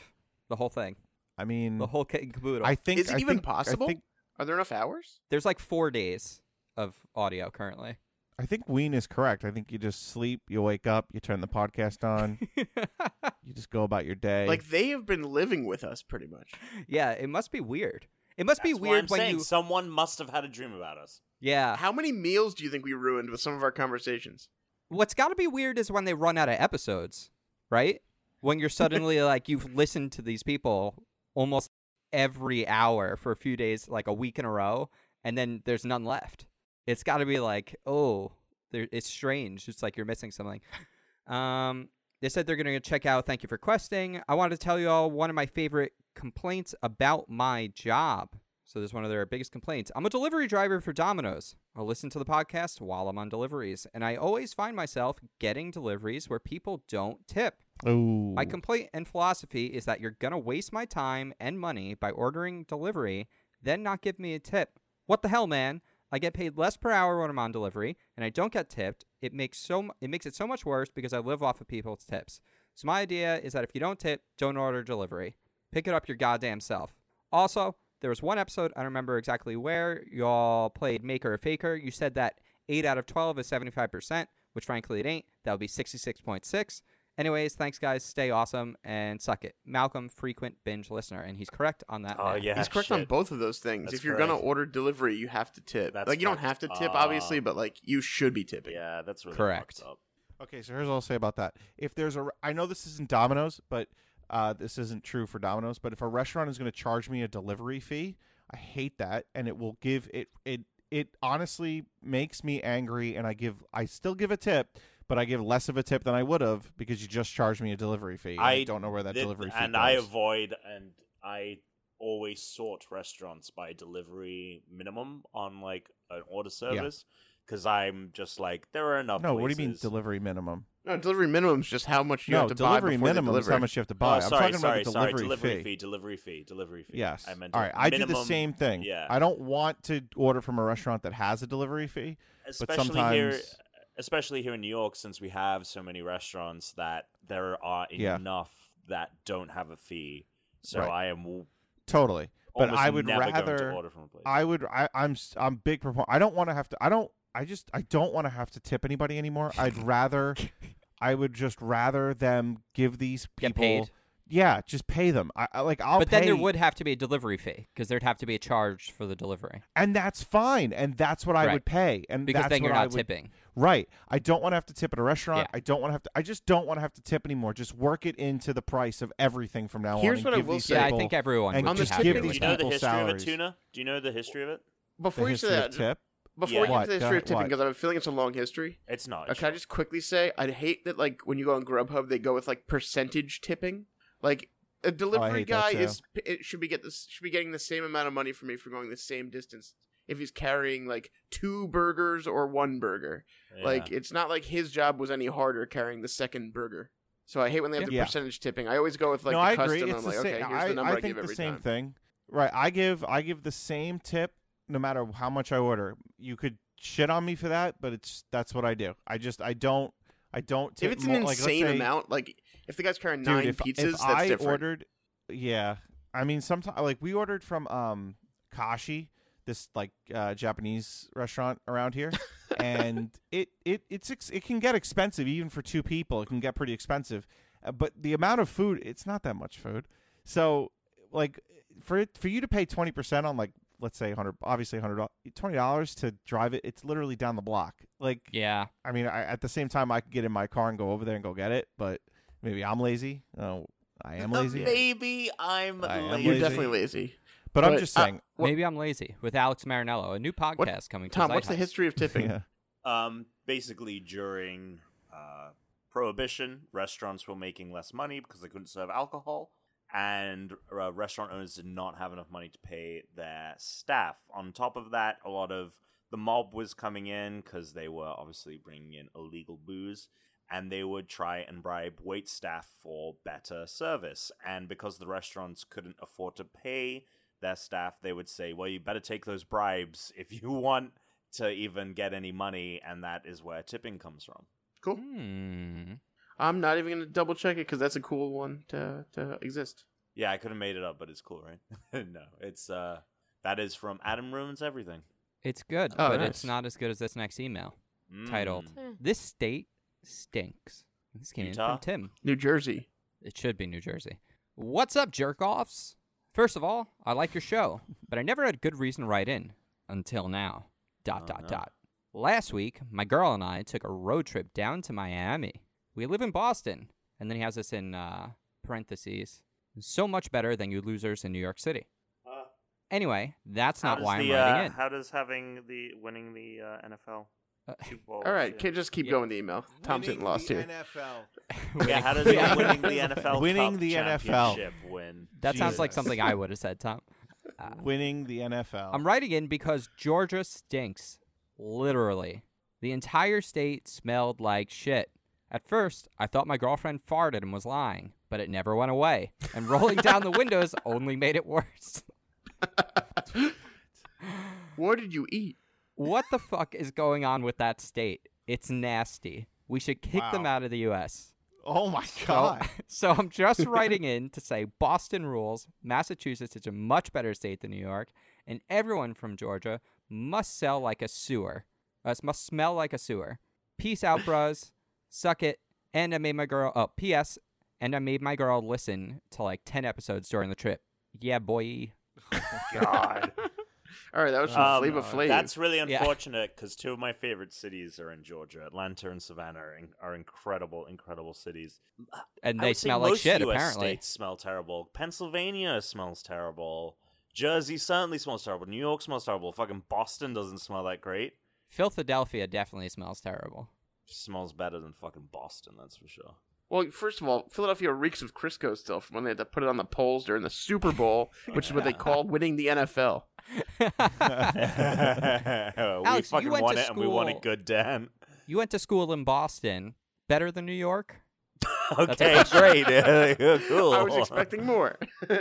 S1: The whole thing.
S2: I mean,
S1: The whole kit and caboodle.
S2: Mm. I think
S4: Is it
S2: I
S4: even
S2: think- I
S4: possible?
S2: think-
S4: are there enough hours?
S1: There's like four days of audio currently.
S2: I think Ween is correct. I think you just sleep, you wake up, you turn the podcast on, you just go about your day.
S4: Like they have been living with us pretty much.
S1: yeah, it must be weird. It must
S3: That's
S1: be
S3: why I'm
S1: weird when
S3: saying
S1: you.
S3: someone must have had a dream about us.
S1: Yeah.
S4: How many meals do you think we ruined with some of our conversations?
S1: What's got to be weird is when they run out of episodes, right? When you're suddenly like, you've listened to these people almost every hour for a few days, like a week in a row, and then there's none left. It's got to be like, oh, there, it's strange. It's like you're missing something. Um, they said they're going to check out Thank You for Questing. I wanted to tell you all one of my favorite complaints about my job. So, this is one of their biggest complaints. I'm a delivery driver for Domino's. I'll listen to the podcast while I'm on deliveries, and I always find myself getting deliveries where people don't tip.
S2: Ooh.
S1: My complaint and philosophy is that you're going to waste my time and money by ordering delivery, then not give me a tip. What the hell, man? I get paid less per hour when I'm on delivery, and I don't get tipped. It makes so mu- it makes it so much worse because I live off of people's tips. So my idea is that if you don't tip, don't order delivery. Pick it up your goddamn self. Also, there was one episode I don't remember exactly where y'all played Maker or Faker. You said that eight out of twelve is seventy five percent, which frankly it ain't. That would be sixty six point six. Anyways, thanks guys. Stay awesome and suck it. Malcolm, frequent binge listener, and he's correct on that.
S3: Oh
S1: now.
S3: yeah,
S4: He's correct on
S3: shit.
S4: both of those things.
S3: That's
S4: if you're
S3: correct.
S4: gonna order delivery, you have to tip.
S3: That's
S4: like you don't have
S3: fucked
S4: to tip,
S3: up.
S4: obviously, but like you should be tipping.
S3: Yeah, that's really
S1: Correct.
S3: Fucked up.
S2: Okay, so here's what I'll say about that. If there's a, re- I know this isn't Domino's, but uh, this isn't true for Domino's. But if a restaurant is going to charge me a delivery fee, I hate that, and it will give it it it honestly makes me angry. And I give I still give a tip, but I give less of a tip than I would have because you just charged me a delivery fee. and I,
S3: I
S2: don't know where that
S3: Th-
S2: delivery fee
S3: and
S2: goes.
S3: I avoid and I always sort restaurants by delivery minimum on like an order service because I'm just like there are enough.
S2: no, what do you mean
S3: places.
S2: delivery minimum?
S4: No, delivery minimum is just how much you
S2: no,
S4: have to buy
S2: delivery
S4: before they
S2: minimum is
S4: deliver.
S2: how much you have to
S3: Oh,
S2: buy. I'm
S3: sorry,
S2: talking
S3: sorry,
S2: about the
S3: sorry.
S2: delivery,
S3: Delivery fee. delivery fee, delivery fee.
S2: Yes.
S3: I meant
S2: All
S3: a
S2: right. I do the
S3: minimum-
S2: same thing.
S3: Yeah.
S2: I don't want to order from a restaurant that has a delivery fee.
S3: especially here
S2: sometimes-
S3: especially here in New York since we have so many restaurants that there are
S2: Yeah.
S3: enough that don't have a fee so
S2: Right.
S3: I am w-
S2: Totally. But
S3: almost
S2: I would
S3: never going
S2: rather-
S3: to order from a place
S2: I would. I, I'm. s- I'm big proponent. I don't want to have to. I don't. I just. I don't want to have to tip anybody anymore. I'd rather. I would just rather them give these people.
S1: Get paid.
S2: Yeah, just pay them. I, I like. I'll
S1: but then there
S2: pay,
S1: would have to be a delivery fee because there'd have to be a charge for the delivery
S2: and that's fine, and that's what I
S1: Right.
S2: would pay, and
S1: because
S2: that's
S1: then you're
S2: what I
S1: not
S2: would
S1: tipping.
S2: Right. I don't want to have to tip at a restaurant.
S1: Yeah.
S2: I don't want to have to. I just don't want to have to tip anymore. Just work it into the price of everything from now
S4: Here's
S2: on. and
S4: what I
S2: give
S4: will
S2: these
S4: say.
S1: Yeah, I
S2: people-
S1: think everyone
S2: and
S1: would be
S2: just
S1: happy
S2: give
S1: with
S3: do
S2: these
S3: you
S1: that.
S3: know the
S2: people's
S3: history of
S2: salaries.
S3: it tuna do you know the history of it
S2: the
S4: Before you say
S2: history of
S4: that,
S2: tip.
S4: before
S3: Yeah.
S4: we get to the
S2: What?
S4: history of
S2: Go-
S4: tipping,
S2: what?
S4: because I have a feeling it's a long history.
S3: it's not
S4: Uh,
S3: it's
S4: can I just quickly say I'd hate that like when you go on Grubhub they go with like percentage tipping. Like a delivery
S2: hate that
S4: guy
S2: too.
S4: is it should be get this should be getting the same amount of money from me for going the same distance if he's carrying like two burgers or one burger.
S3: Yeah.
S4: Like it's not like his job was any harder carrying the second burger. So I hate when they have
S2: Yeah.
S4: the percentage tipping. I always go with like
S2: no,
S4: the
S2: I
S4: custom.
S2: agree.
S4: and
S2: It's
S4: I'm
S2: the
S4: like,
S2: same.
S4: okay, here's
S2: I,
S4: the
S2: I
S4: number I,
S2: think
S4: give
S2: the
S4: every
S2: same
S4: time.
S2: thing. Right. I give I give the same tip no matter how much I order. You could shit on me for that, but it's that's what I do. I just I don't I don't tip
S4: If it's an
S2: more- like, let's
S4: insane
S2: say-
S4: amount, like if the guy's carrying
S2: Dude,
S4: nine
S2: if,
S4: pizzas,
S2: if
S4: that's
S2: I
S4: different.
S2: ordered yeah. I mean sometimes like we ordered from um Kashi, this like uh Japanese restaurant around here. and it it it's ex- it can get expensive even for two people. It can get pretty expensive, uh, but the amount of food it's not that much food. So like for it, for you to pay twenty percent on like let's say hundred obviously hundred twenty dollars to drive it, it's literally down the block. Like
S1: Yeah,
S2: I mean, I, at the same time I could get in my car and go over there and go get it, but maybe I'm lazy. Oh, I am lazy.
S3: maybe I'm
S2: I am
S3: lazy.
S4: You're
S2: lazy.
S4: definitely lazy.
S2: But I'm
S4: But,
S2: just
S4: uh,
S2: saying.
S4: What-
S1: maybe I'm lazy. With Alex Marinello, a new podcast coming. to
S4: Tom, what's
S1: Zeitgeist.
S4: the history of tipping?
S2: yeah.
S3: Um, basically, during uh, Prohibition, restaurants were making less money because they couldn't serve alcohol, and uh, restaurant owners did not have enough money to pay their staff. On top of that, a lot of the mob was coming in because they were obviously bringing in illegal booze, and they would try and bribe wait staff for better service. And because the restaurants couldn't afford to pay their staff, they would say, "Well, you better take those bribes if you want." to even get any money, and that is where tipping comes from.
S4: Cool.
S1: Hmm.
S4: I'm not even gonna double check it because that's a cool one to to exist.
S3: Yeah, I could have made it up, but it's cool, right? no, it's uh, that is from Adam ruins everything.
S1: It's good,
S4: Oh,
S1: but it's
S4: nice.
S1: not as good as this next email. titled
S3: Mm.
S1: "This State Stinks." This came
S3: Utah?
S1: in from Tim.
S4: New Jersey.
S1: It should be New Jersey. What's up, jerk offs? First of all, I like your show, but I never had good reason to write in until now. Dot
S3: Oh,
S1: dot
S3: no.
S1: dot. Last week, my girl and I took a road trip down to Miami. We live in Boston, and then he has this in uh, parentheses. So much better than you losers in New York City.
S3: Uh,
S1: Anyway, that's
S3: how
S1: not
S3: does
S1: why I'm
S3: the,
S1: writing
S3: uh,
S1: in.
S3: How does having the winning the uh, NFL
S1: Uh,
S3: Super Bowl?
S4: All right,
S3: Oh, yeah.
S4: can just keep
S1: Yeah.
S4: going. The email. Thompson lost here.
S2: NFL.
S3: Yeah, how does
S1: Winning-
S3: the winning the NFL
S2: Winning
S3: Cup
S2: the NFL.
S3: championship win?
S1: That sounds like
S2: Jesus.
S1: something I would have said, Tom. Uh,
S2: Winning the NFL.
S1: I'm writing in because Georgia stinks. Literally. The entire state smelled like shit. At first, I thought my girlfriend farted and was lying, but it never went away. And rolling down the windows only made it worse.
S4: What did you eat?
S1: What the fuck is going on with that state? It's nasty. We should kick them
S2: Wow.
S1: out of the US.
S2: Oh my
S1: So,
S2: god.
S1: so I'm just writing in to say Boston rules. Massachusetts is a much better state than New York, and everyone from Georgia must sell like a sewer. Uh, must smell like a sewer. Peace out, bros. Suck it. And I made my girl. Oh, P.S. And I made my girl listen to like ten episodes during the trip. Yeah, boy.
S4: Oh
S3: God,
S4: All right, that was from
S3: Um,
S4: Flava Flav.
S3: that's really
S1: Yeah.
S3: unfortunate because two of my favorite cities are in Georgia. Atlanta and Savannah are, in- are incredible, incredible cities.
S1: And
S3: I
S1: they
S3: would say
S1: smell like
S3: most
S1: shit.
S3: US
S1: Apparently,
S3: states smell terrible. Pennsylvania smells terrible. Jersey certainly smells terrible. New York smells terrible. Fucking Boston doesn't smell that great.
S1: Philadelphia definitely smells terrible.
S3: Smells better than fucking Boston, that's for sure.
S4: Well, first of all, Philadelphia reeks of Crisco still from when they had to put it on the polls during the Super Bowl, which is what they call winning the NFL.
S3: we
S1: Alex, you
S3: fucking
S1: went
S3: won
S1: to
S3: it and we won
S1: school.
S3: it good, Dan.
S1: you went to school in Boston. Better than New York.
S3: okay, great. cool.
S4: I was expecting more.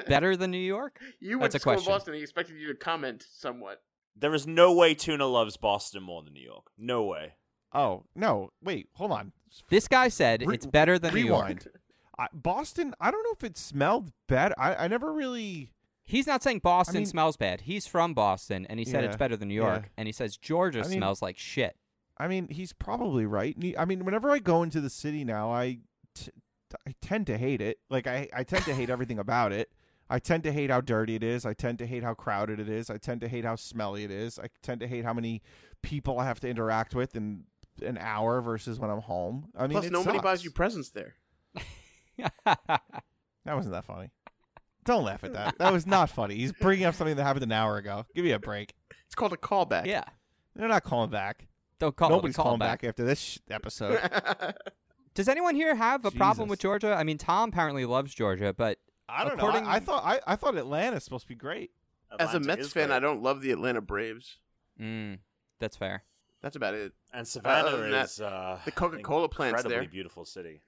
S1: Better than New York.
S4: You
S1: That's
S4: went
S1: a
S4: to school in
S1: question.
S4: Boston. He expected you to comment somewhat.
S3: There is no way Tuna loves Boston more than New York. No way.
S2: oh no! Wait, hold on.
S1: This guy said
S2: Re-
S1: it's better than New York.
S2: Rewind. I, Boston. I don't know if it smelled bad. I, I never really.
S1: He's not saying Boston
S2: mean-
S1: smells bad. He's from Boston, and he said it's
S2: Yeah,
S1: better than New York,
S2: yeah.
S1: and he says Georgia
S2: I mean-
S1: smells like shit.
S2: I mean, he's probably right. Ne- I mean, whenever I go into the city now, I, t- I tend to hate it. Like I, I tend to hate everything about it. I tend to hate how dirty it is. I tend to hate how crowded it is. I tend to hate how smelly it is. I tend to hate how many people I have to interact with in an hour versus when I'm home. I mean,
S4: Plus,
S2: it
S4: nobody buys
S2: sucks.
S4: you presents there.
S2: That wasn't that funny. Don't laugh at that. That was not funny. He's bringing up something that happened an hour ago. Give me a break.
S4: It's called a callback.
S1: yeah,
S2: They're not calling back.
S1: don't call
S2: Nobody's
S1: call
S2: calling
S1: him
S2: back.
S1: back.
S2: after this sh- episode.
S1: Does anyone here have a problem
S2: Jesus.
S1: with Georgia? I mean, Tom apparently loves Georgia, but
S2: I don't
S1: According-
S2: know. I, I thought I, I thought Atlanta's supposed to be great.
S4: As a
S3: Atlanta
S4: Mets
S3: is
S4: fan,
S3: great.
S4: I don't love the Atlanta Braves.
S1: mm, that's fair.
S4: That's about it.
S3: And Savannah
S4: other than that,
S3: is uh,
S4: the Coca-Cola plant's
S3: incredibly
S4: there.
S3: beautiful city.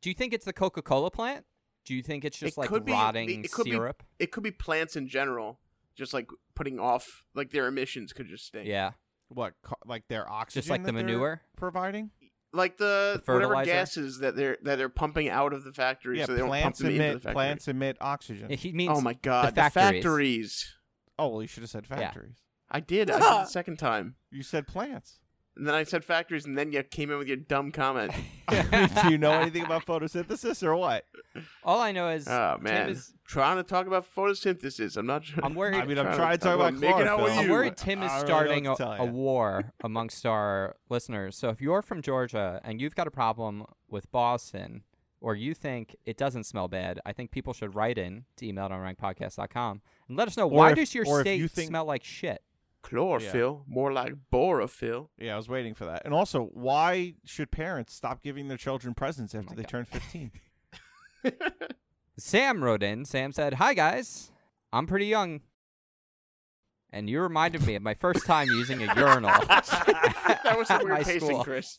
S1: Do you think it's the Coca Cola plant? Do you think it's just
S4: it
S1: like
S4: could be,
S1: rotting
S4: it could
S1: syrup?
S4: Be, it could be plants in general, just like putting off, like their emissions could just stink.
S1: yeah,
S2: What co- like their oxygen?
S1: just like the
S2: that they're
S1: manure.
S2: providing.
S4: Like the,
S1: The
S4: whatever
S1: fertilizer?
S4: gases that they're that they're pumping out of the factory,
S2: Yeah,
S4: so they don't pump
S2: plants
S4: them into the
S2: emit
S4: factory.
S2: plants emit oxygen.
S1: He means
S4: Oh my god, the
S1: factories.
S4: factories.
S2: Oh well, you should have said factories.
S4: I did. I did the second time.
S2: You said plants.
S4: And then I said factories, and then you came in with your dumb comment.
S2: Do you know anything about photosynthesis or what?
S1: All I know is
S4: Oh
S1: Tim
S4: man,
S1: is-
S4: trying to talk about photosynthesis. I'm not sure.
S1: I'm worried.
S2: I mean, I'm
S4: Trying to
S2: trying to talk
S4: talk
S2: about
S4: about making out with
S2: chlorophyll.
S1: I'm
S4: you.
S1: worried Tim is
S2: I don't know
S1: starting a,
S2: what to tell
S1: a
S2: ya.
S1: war amongst our listeners. So if you're from Georgia and you've got a problem with Boston or you think it doesn't smell bad, I think people should write in to email at com and let us know
S2: Or
S1: why
S2: if-
S1: does your
S2: or if
S1: state
S2: you think-
S1: smell like shit?
S4: chlorophyll, more like borophyll.
S2: Yeah, I was waiting for that. And also, why should parents stop giving their children presents
S1: Oh
S2: after they turn 15?
S1: Sam wrote in. Sam said, Hi guys, I'm pretty young. And you reminded me of my first time using a urinal.
S4: That was a
S1: At my
S4: weird pacing,
S1: school.
S4: Chris.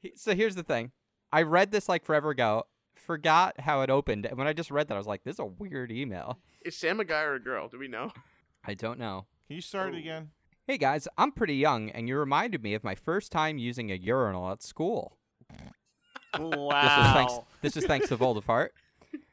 S1: He- so here's the thing. I read this like forever ago, forgot how it opened. And when I just read that, I was like, this is a weird email.
S4: Is Sam a guy or a girl? Do we know?
S1: I don't know.
S2: Can you start it
S4: Oh.
S2: again?
S1: Hey guys, I'm pretty young, and you reminded me of my first time using a urinal at school.
S3: Wow.
S1: This was thanks. This is thanks to Voldemort.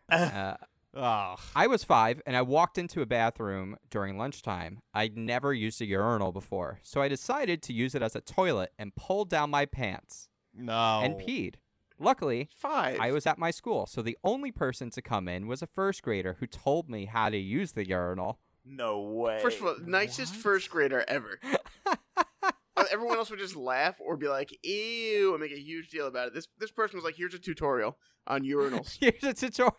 S1: uh,
S2: Oh,
S1: I was five and I walked into a bathroom during lunchtime. I'd never used a urinal before, so I decided to use it as a toilet and pulled down my pants
S2: no.
S1: and peed. Luckily,
S4: Five.
S1: I was at my school, so the only person to come in was a first grader who told me how to use the urinal.
S3: No way.
S4: First of all, nicest first grader ever. Uh, Everyone else would just laugh or be like, "Ew," and make a huge deal about it. This this person was like, "Here's a tutorial on urinals."
S1: Here's a tutorial.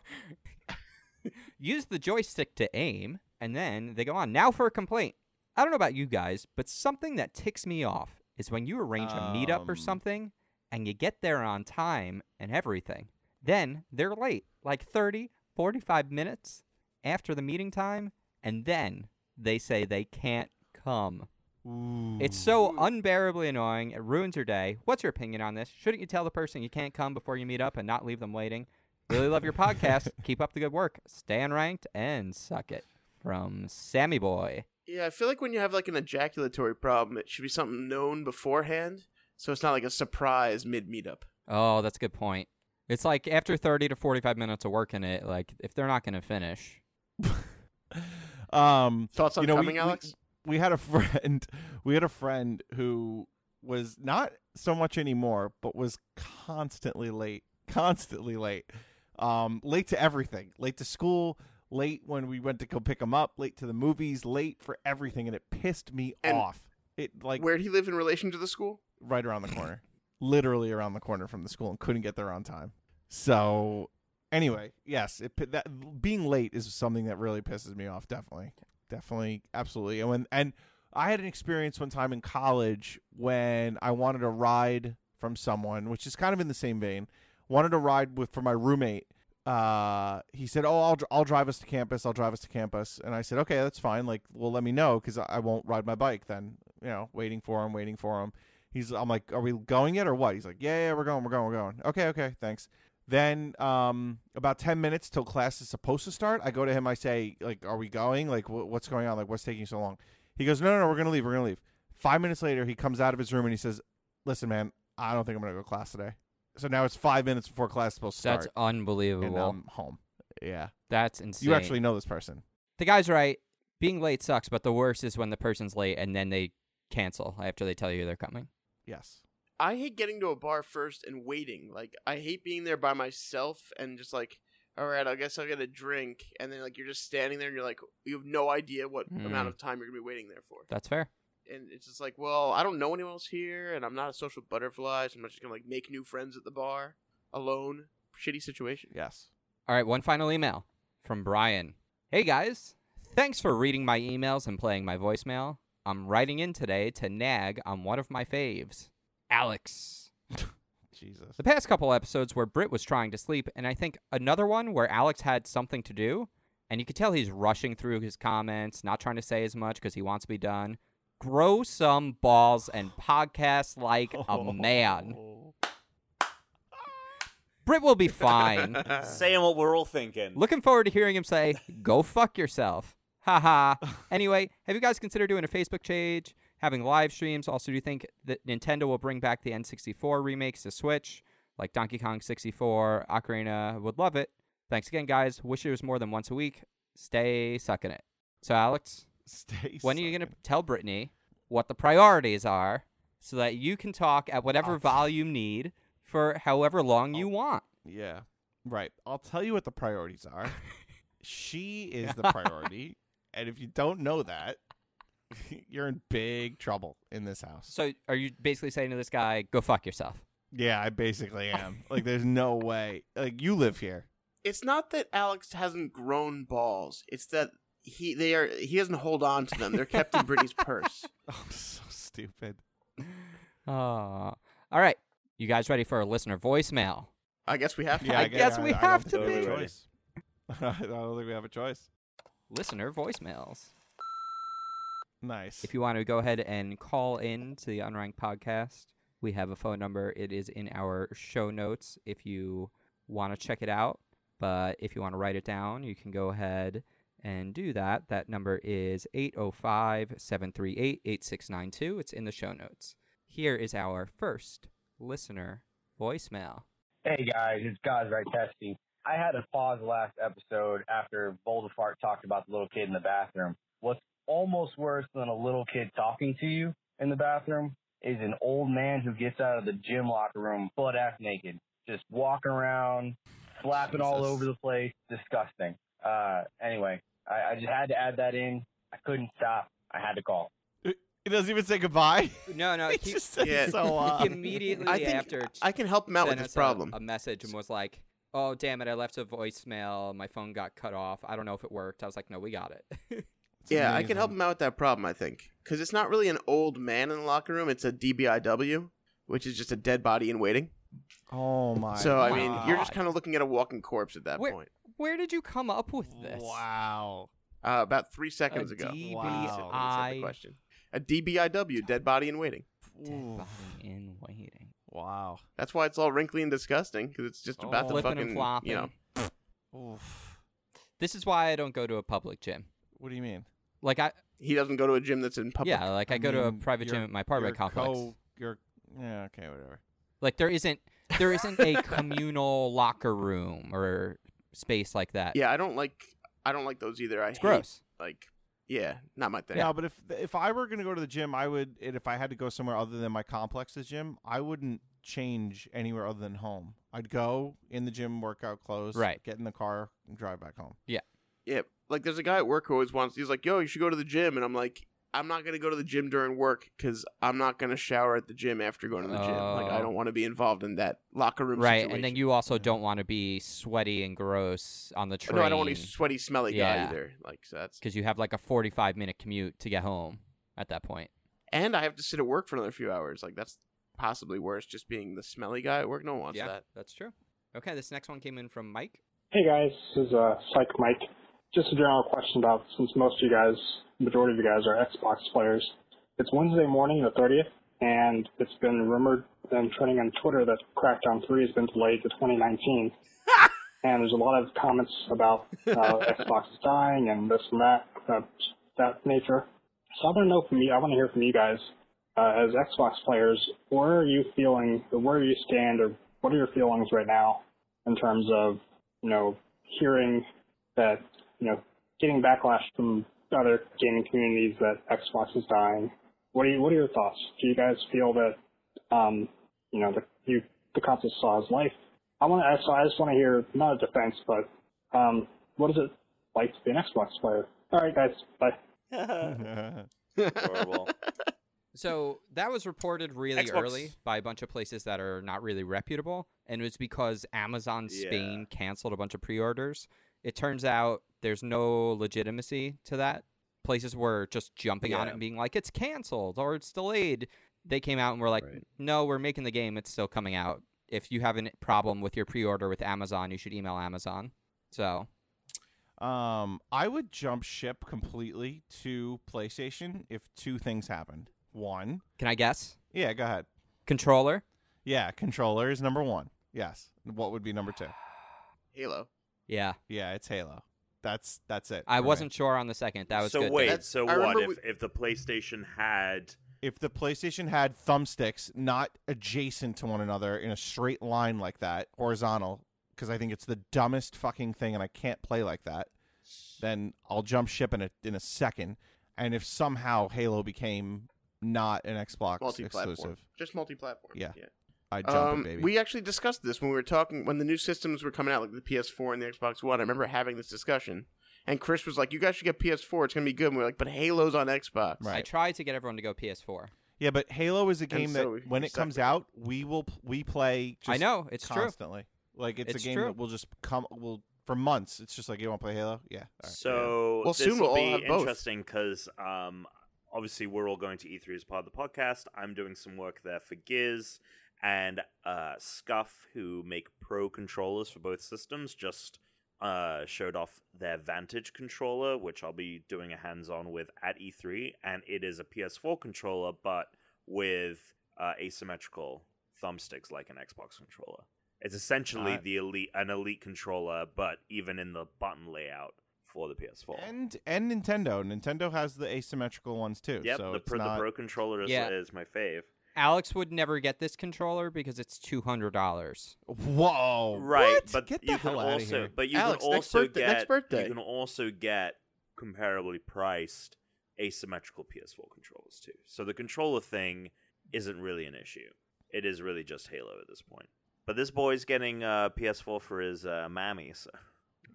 S1: Use the joystick to aim, and then they go on. Now for a complaint. I don't know about you guys, but something that ticks me off is when you arrange a meetup
S2: Um.
S1: or something and you get there on time and everything. Then they're late, like 30, 45 minutes after the meeting time, and then they say they can't come. It's so unbearably annoying. It ruins your day. What's your opinion on this? Shouldn't you tell the person you can't come before you meet up and not leave them waiting? Really love your podcast. Keep up the good work. Stay unranked and suck it. From Sammy Boy.
S4: yeah, I feel like when you have like an ejaculatory problem, it should be something known beforehand, so it's not like a surprise mid meetup.
S1: Oh, that's a good point. It's like after 30 to 45 minutes of working it, like if they're not going to finish.
S2: um,
S4: Thoughts on
S2: you know, we-
S4: coming,
S2: we-
S4: Alex?
S2: we had a friend we had a friend who was not so much anymore but was constantly late constantly late um late to everything late to school late when we went to go pick him up late to the movies late for everything and it pissed me
S4: And
S2: off it like
S4: Where'd he live in relation to the school?
S2: right around the corner literally around the corner from the school and couldn't get there on time so anyway yes it pi- that being late is something that really pisses me off definitely definitely absolutely and when, and i had an experience one time in college when i wanted a ride from someone which is kind of in the same vein wanted a ride with for my roommate uh he said oh i'll dr- i'll drive us to campus i'll drive us to campus and i said okay that's fine like well let me know because I-, I won't ride my bike then you know waiting for him waiting for him he's i'm like are we going yet or what he's like yeah yeah we're going we're going we're going okay okay thanks then um, about 10 minutes till class is supposed to start i go to him i say like are we going like wh- what's going on like what's taking so long he goes no no no we're gonna leave we're gonna leave five minutes later he comes out of his room and he says listen man i don't think i'm gonna go to class today so now it's five minutes before class is supposed to start
S1: That's
S2: and
S1: unbelievable.
S2: um, home yeah
S1: that's insane.
S2: you actually know this person
S1: The guy's right. Being late sucks, but the worst is when the person's late and then they cancel after they tell you they're coming.
S2: yes
S4: I hate getting to a bar first and waiting. Like I hate being there by myself and just like, all right, I guess I'll get a drink, and then like you're just standing there and you're like, you have no idea what
S1: Mm.
S4: amount of time you're gonna be waiting there for,
S1: That's fair.
S4: and it's just like, well, I don't know anyone else here, and I'm not a social butterfly, so I'm not just gonna like make new friends at the bar alone. Shitty situation.
S2: yes
S1: All right, one final email from Brian. Hey guys, thanks for reading my emails and playing my voicemail. I'm writing in today to nag on one of my faves, Alex.
S2: jesus
S1: The past couple episodes where Britt was trying to sleep, and I think another one where Alex had something to do, and you could tell he's rushing through his comments, not trying to say as much because he wants to be done. Grow some balls and podcast like a oh, man. Britt will be fine.
S3: Saying what we're all thinking.
S1: Looking forward to hearing him say, "Go fuck yourself." Haha. anyway, have you guys considered doing a Facebook page, having live streams? Also, do you think that Nintendo will bring back the N64 remakes to Switch, like Donkey Kong 64, Ocarina? Would love it. Thanks again, guys. Wish it was more than once a week. Stay sucking it. So, Alex,
S2: Stay
S1: when are you gonna tell Brittany what the priorities are, so that you can talk at whatever
S2: I'll-
S1: volume you need for however long you want?
S2: Yeah. Right. I'll tell you what the priorities are. she is the priority. and if you don't know that, you're in big trouble in this house.
S1: So, are you basically saying to this guy, "Go fuck yourself"?
S2: yeah, I basically am. like there's no way. Like you live here.
S4: It's not that Alex hasn't grown balls. It's that he they are he doesn't hold on to them. They're kept in Brittany's purse.
S2: Oh, I'm so stupid.
S1: Oh. All right. You guys ready for a listener voicemail?
S4: I guess we have to.
S1: Yeah, I I guess guess we I- I don't have think to
S3: we have a be.
S2: choice. I don't think we have a choice.
S1: Listener voicemails.
S2: Nice.
S1: If you want to go ahead and call in to the Unranked podcast, we have a phone number. It is in our show notes if you want to check it out. But if you want to write it down, you can go ahead and do that. That number is 805 738 8692. It's in the show notes. Here is our first listener voicemail.
S6: Hey guys, it's guys right testing. I had to pause last episode after Boldafart talked about the little kid in the bathroom. What's almost worse than a little kid talking to you in the bathroom is an old man who gets out of the gym locker room butt ass naked, just walking around, flapping all
S4: Jesus.
S6: over the place. Disgusting. Uh, anyway, I, I just had to add that in. I couldn't stop. I had to call.
S2: He doesn't even say goodbye.
S1: No, no.
S2: he
S1: He,
S2: just says
S4: Yeah.
S2: so
S1: he
S2: on.
S1: immediately
S4: I think
S1: after
S4: I can help him out with
S1: sent
S4: this
S1: us a-
S4: problem.
S1: A, message and was like, "Oh damn it! I left a voicemail. My phone got cut off. I don't know if it worked." I was like, "No, we got it."
S2: It's
S4: yeah, I can help
S2: amazing.
S4: him out with that problem. I think because it's not really an old man in the locker room; it's a DBIW, which is just a dead body in waiting.
S2: Oh my.
S4: so I mean, you're just
S1: God.
S4: kind of looking at a walking corpse at that
S1: Where-
S4: point.
S1: Where did you come up with this?
S2: Wow.
S4: Uh, about three
S1: A
S4: seconds ago.
S1: DBI
S2: Wow.
S4: When he said the question. A DBIW, dead body in waiting.
S1: dead
S2: Oof.
S1: body in waiting.
S2: Wow.
S4: That's why it's all wrinkly and disgusting because it's just about
S2: Oh.
S4: the
S1: Flipping
S4: fucking
S1: and flopping.
S4: you know.
S2: Oof.
S1: This is why I don't go to a public gym.
S2: What do you mean?
S1: Like I,
S4: He doesn't go to a gym that's in public.
S1: yeah, like I, go to a
S2: mean,
S1: private gym
S2: your-
S1: at my apartment
S2: your
S1: complex.
S2: Co- your yeah. Okay. Whatever.
S1: Like there isn't there isn't a communal locker room or space like that.
S4: Yeah, I don't like I don't like those either. I
S1: it's
S4: hate,
S1: gross.
S4: Like, yeah, not my thing.
S2: No, but if if I were going to go to the gym, I would. And if I had to go somewhere other than my complex's gym, I wouldn't change anywhere other than home. I'd go in the gym, workout clothes,
S1: Right.
S2: Get in the car and drive back home.
S4: Yeah, like there's a guy at work who always wants. He's like, "Yo, you should go to the gym," and I'm like, "I'm not gonna go to the gym during work because I'm not gonna shower at the gym after going to the gym. Like, I
S1: Oh.
S4: don't want to be involved in that locker room
S1: Right,
S4: situation.
S1: and then you also don't want to be sweaty and gross on the train.
S4: Oh, No, I don't want to be sweaty, smelly
S1: Yeah.
S4: guy either. Like, so that's
S1: because you have like a 45 minute commute to get home at that point.
S4: and I have to sit at work for another few hours. Like, that's possibly worse. Just being the smelly guy at work, no one wants that.
S1: that's true. Okay, this next one came in from Mike.
S7: Hey guys, this is uh, Psych Mike. Just a general question about since most of you guys, majority of you guys are Xbox players. It's Wednesday morning, the 30th, and it's been rumored and trending on Twitter that Crackdown 3 has been delayed to 2019. and there's a lot of comments about uh, Xbox is dying and this and that, uh, that nature. So I want to know from you, I want to hear from you guys, uh, as Xbox players, where are you feeling, where you stand, or what are your feelings right now in terms of you know, hearing that, you know, getting backlash from other gaming communities that Xbox is dying. What are you, what are your thoughts? Do you guys feel that, um, you know, the, you, the concept saw his life? I want to, so I just want to hear, not a defense, but, um, what is it like to be an Xbox player? All right, guys, bye.
S4: Uh,
S3: Horrible.
S1: So that was reported really
S3: Xbox.
S1: early by a bunch of places that are not really reputable, and it was because Amazon
S3: Yeah.
S1: Spain canceled a bunch of pre-orders. It turns out there's no legitimacy to that. Places were just jumping on it
S3: Yeah.
S1: and being like, "It's canceled" or "It's delayed." They came out and were like, "No, we're making the game. It's still coming out. If you have a problem with your pre-order with Amazon, you should email Amazon." So
S2: Um, I would jump ship completely to PlayStation if two things happened. One,
S1: can I guess?
S2: yeah, go ahead.
S1: Controller.
S2: Yeah, controller is number one. Yes. What would be number two?
S4: Halo.
S1: Yeah,
S2: Yeah, it's Halo. That's that's it.
S1: I
S2: for me.
S1: wasn't sure on the second. That was
S3: so
S1: good.
S3: wait,
S4: That's-
S3: so
S4: I
S3: what
S4: remember
S3: if, if the PlayStation had
S2: If the PlayStation had thumbsticks not adjacent to one another in a straight line like that, horizontal, because I think it's the dumbest fucking thing, and I can't play like that. Then I'll jump ship in a in a second. And if somehow Halo became not an Xbox
S4: Multi-platform.
S2: exclusive,
S4: Just multi-platform.
S2: Yeah.
S4: yeah.
S2: I'd jump
S4: Um,
S2: it, baby.
S4: We actually discussed this when we were talking when the new systems were coming out, like the PS4 and the Xbox One. I remember having this discussion, and Chris was like, "You guys should get PS4. It's gonna be good." And we were like, "But Halo's on Xbox."
S1: I
S2: Right.
S1: tried to get everyone to go PS4.
S2: yeah, but Halo is a game
S4: so we-
S2: that when
S4: we
S2: it
S4: suck
S2: comes
S4: with it.
S2: out, we will p- we play. Just
S1: I know it's true.
S2: constantly. Like it's,
S1: It's
S2: a game
S1: true.
S2: that will just come will for months. It's just like you want to play Halo, yeah. all right.
S3: So
S4: Well,
S3: this
S4: soon
S3: will
S4: we'll
S3: be
S4: all have both.
S3: interesting because um, obviously we're all going to E3 as part of the podcast. I'm doing some work there for Giz and uh, Scuff, who make pro controllers for both systems, just uh, showed off their Vantage controller, which I'll be doing a hands-on with at E3, and it is a PS4 controller, but with uh, asymmetrical thumbsticks like an Xbox controller. It's essentially
S2: Alright.
S3: the elite an elite controller, but even in the button layout for the PS4.
S2: and and Nintendo. Nintendo has the asymmetrical ones too.
S3: yep,
S2: so
S3: the,
S2: it's
S3: pro,
S2: not,
S3: the Pro controller is,
S1: Yeah.
S3: is my fave.
S1: Alex would never get this controller because it's two hundred dollars.
S2: Whoa!
S3: Right,
S2: Oh, What?
S3: but
S2: get the
S3: you
S2: hell
S3: can
S2: out
S3: also,
S2: of here.
S3: but you
S4: Alex,
S3: can
S4: next
S3: also
S4: birthday-
S3: get
S4: next birthday.
S3: you can also get comparably priced asymmetrical PS4 controllers too. So the controller thing isn't really an issue. It is really just Halo at this point. But this boy's getting uh, PS4 for his uh, mammy. So.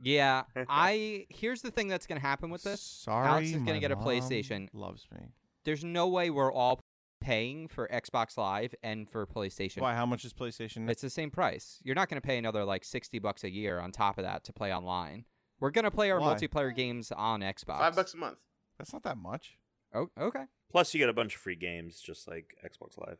S1: Yeah, I here's the thing that's gonna happen with this.
S2: Sorry,
S1: is gonna
S2: my
S1: get a
S2: mom
S1: PlayStation.
S2: Loves me.
S1: There's no way we're all paying for Xbox Live and for PlayStation.
S2: Why? How much is PlayStation?
S1: It's the same price. You're not going to pay another like 60 bucks a year on top of that to play online. We're going to play our
S2: Why?
S1: multiplayer games on Xbox.
S4: Five bucks a month.
S2: That's not that much.
S1: Oh, okay.
S3: Plus, you get a bunch of free games, just like Xbox Live.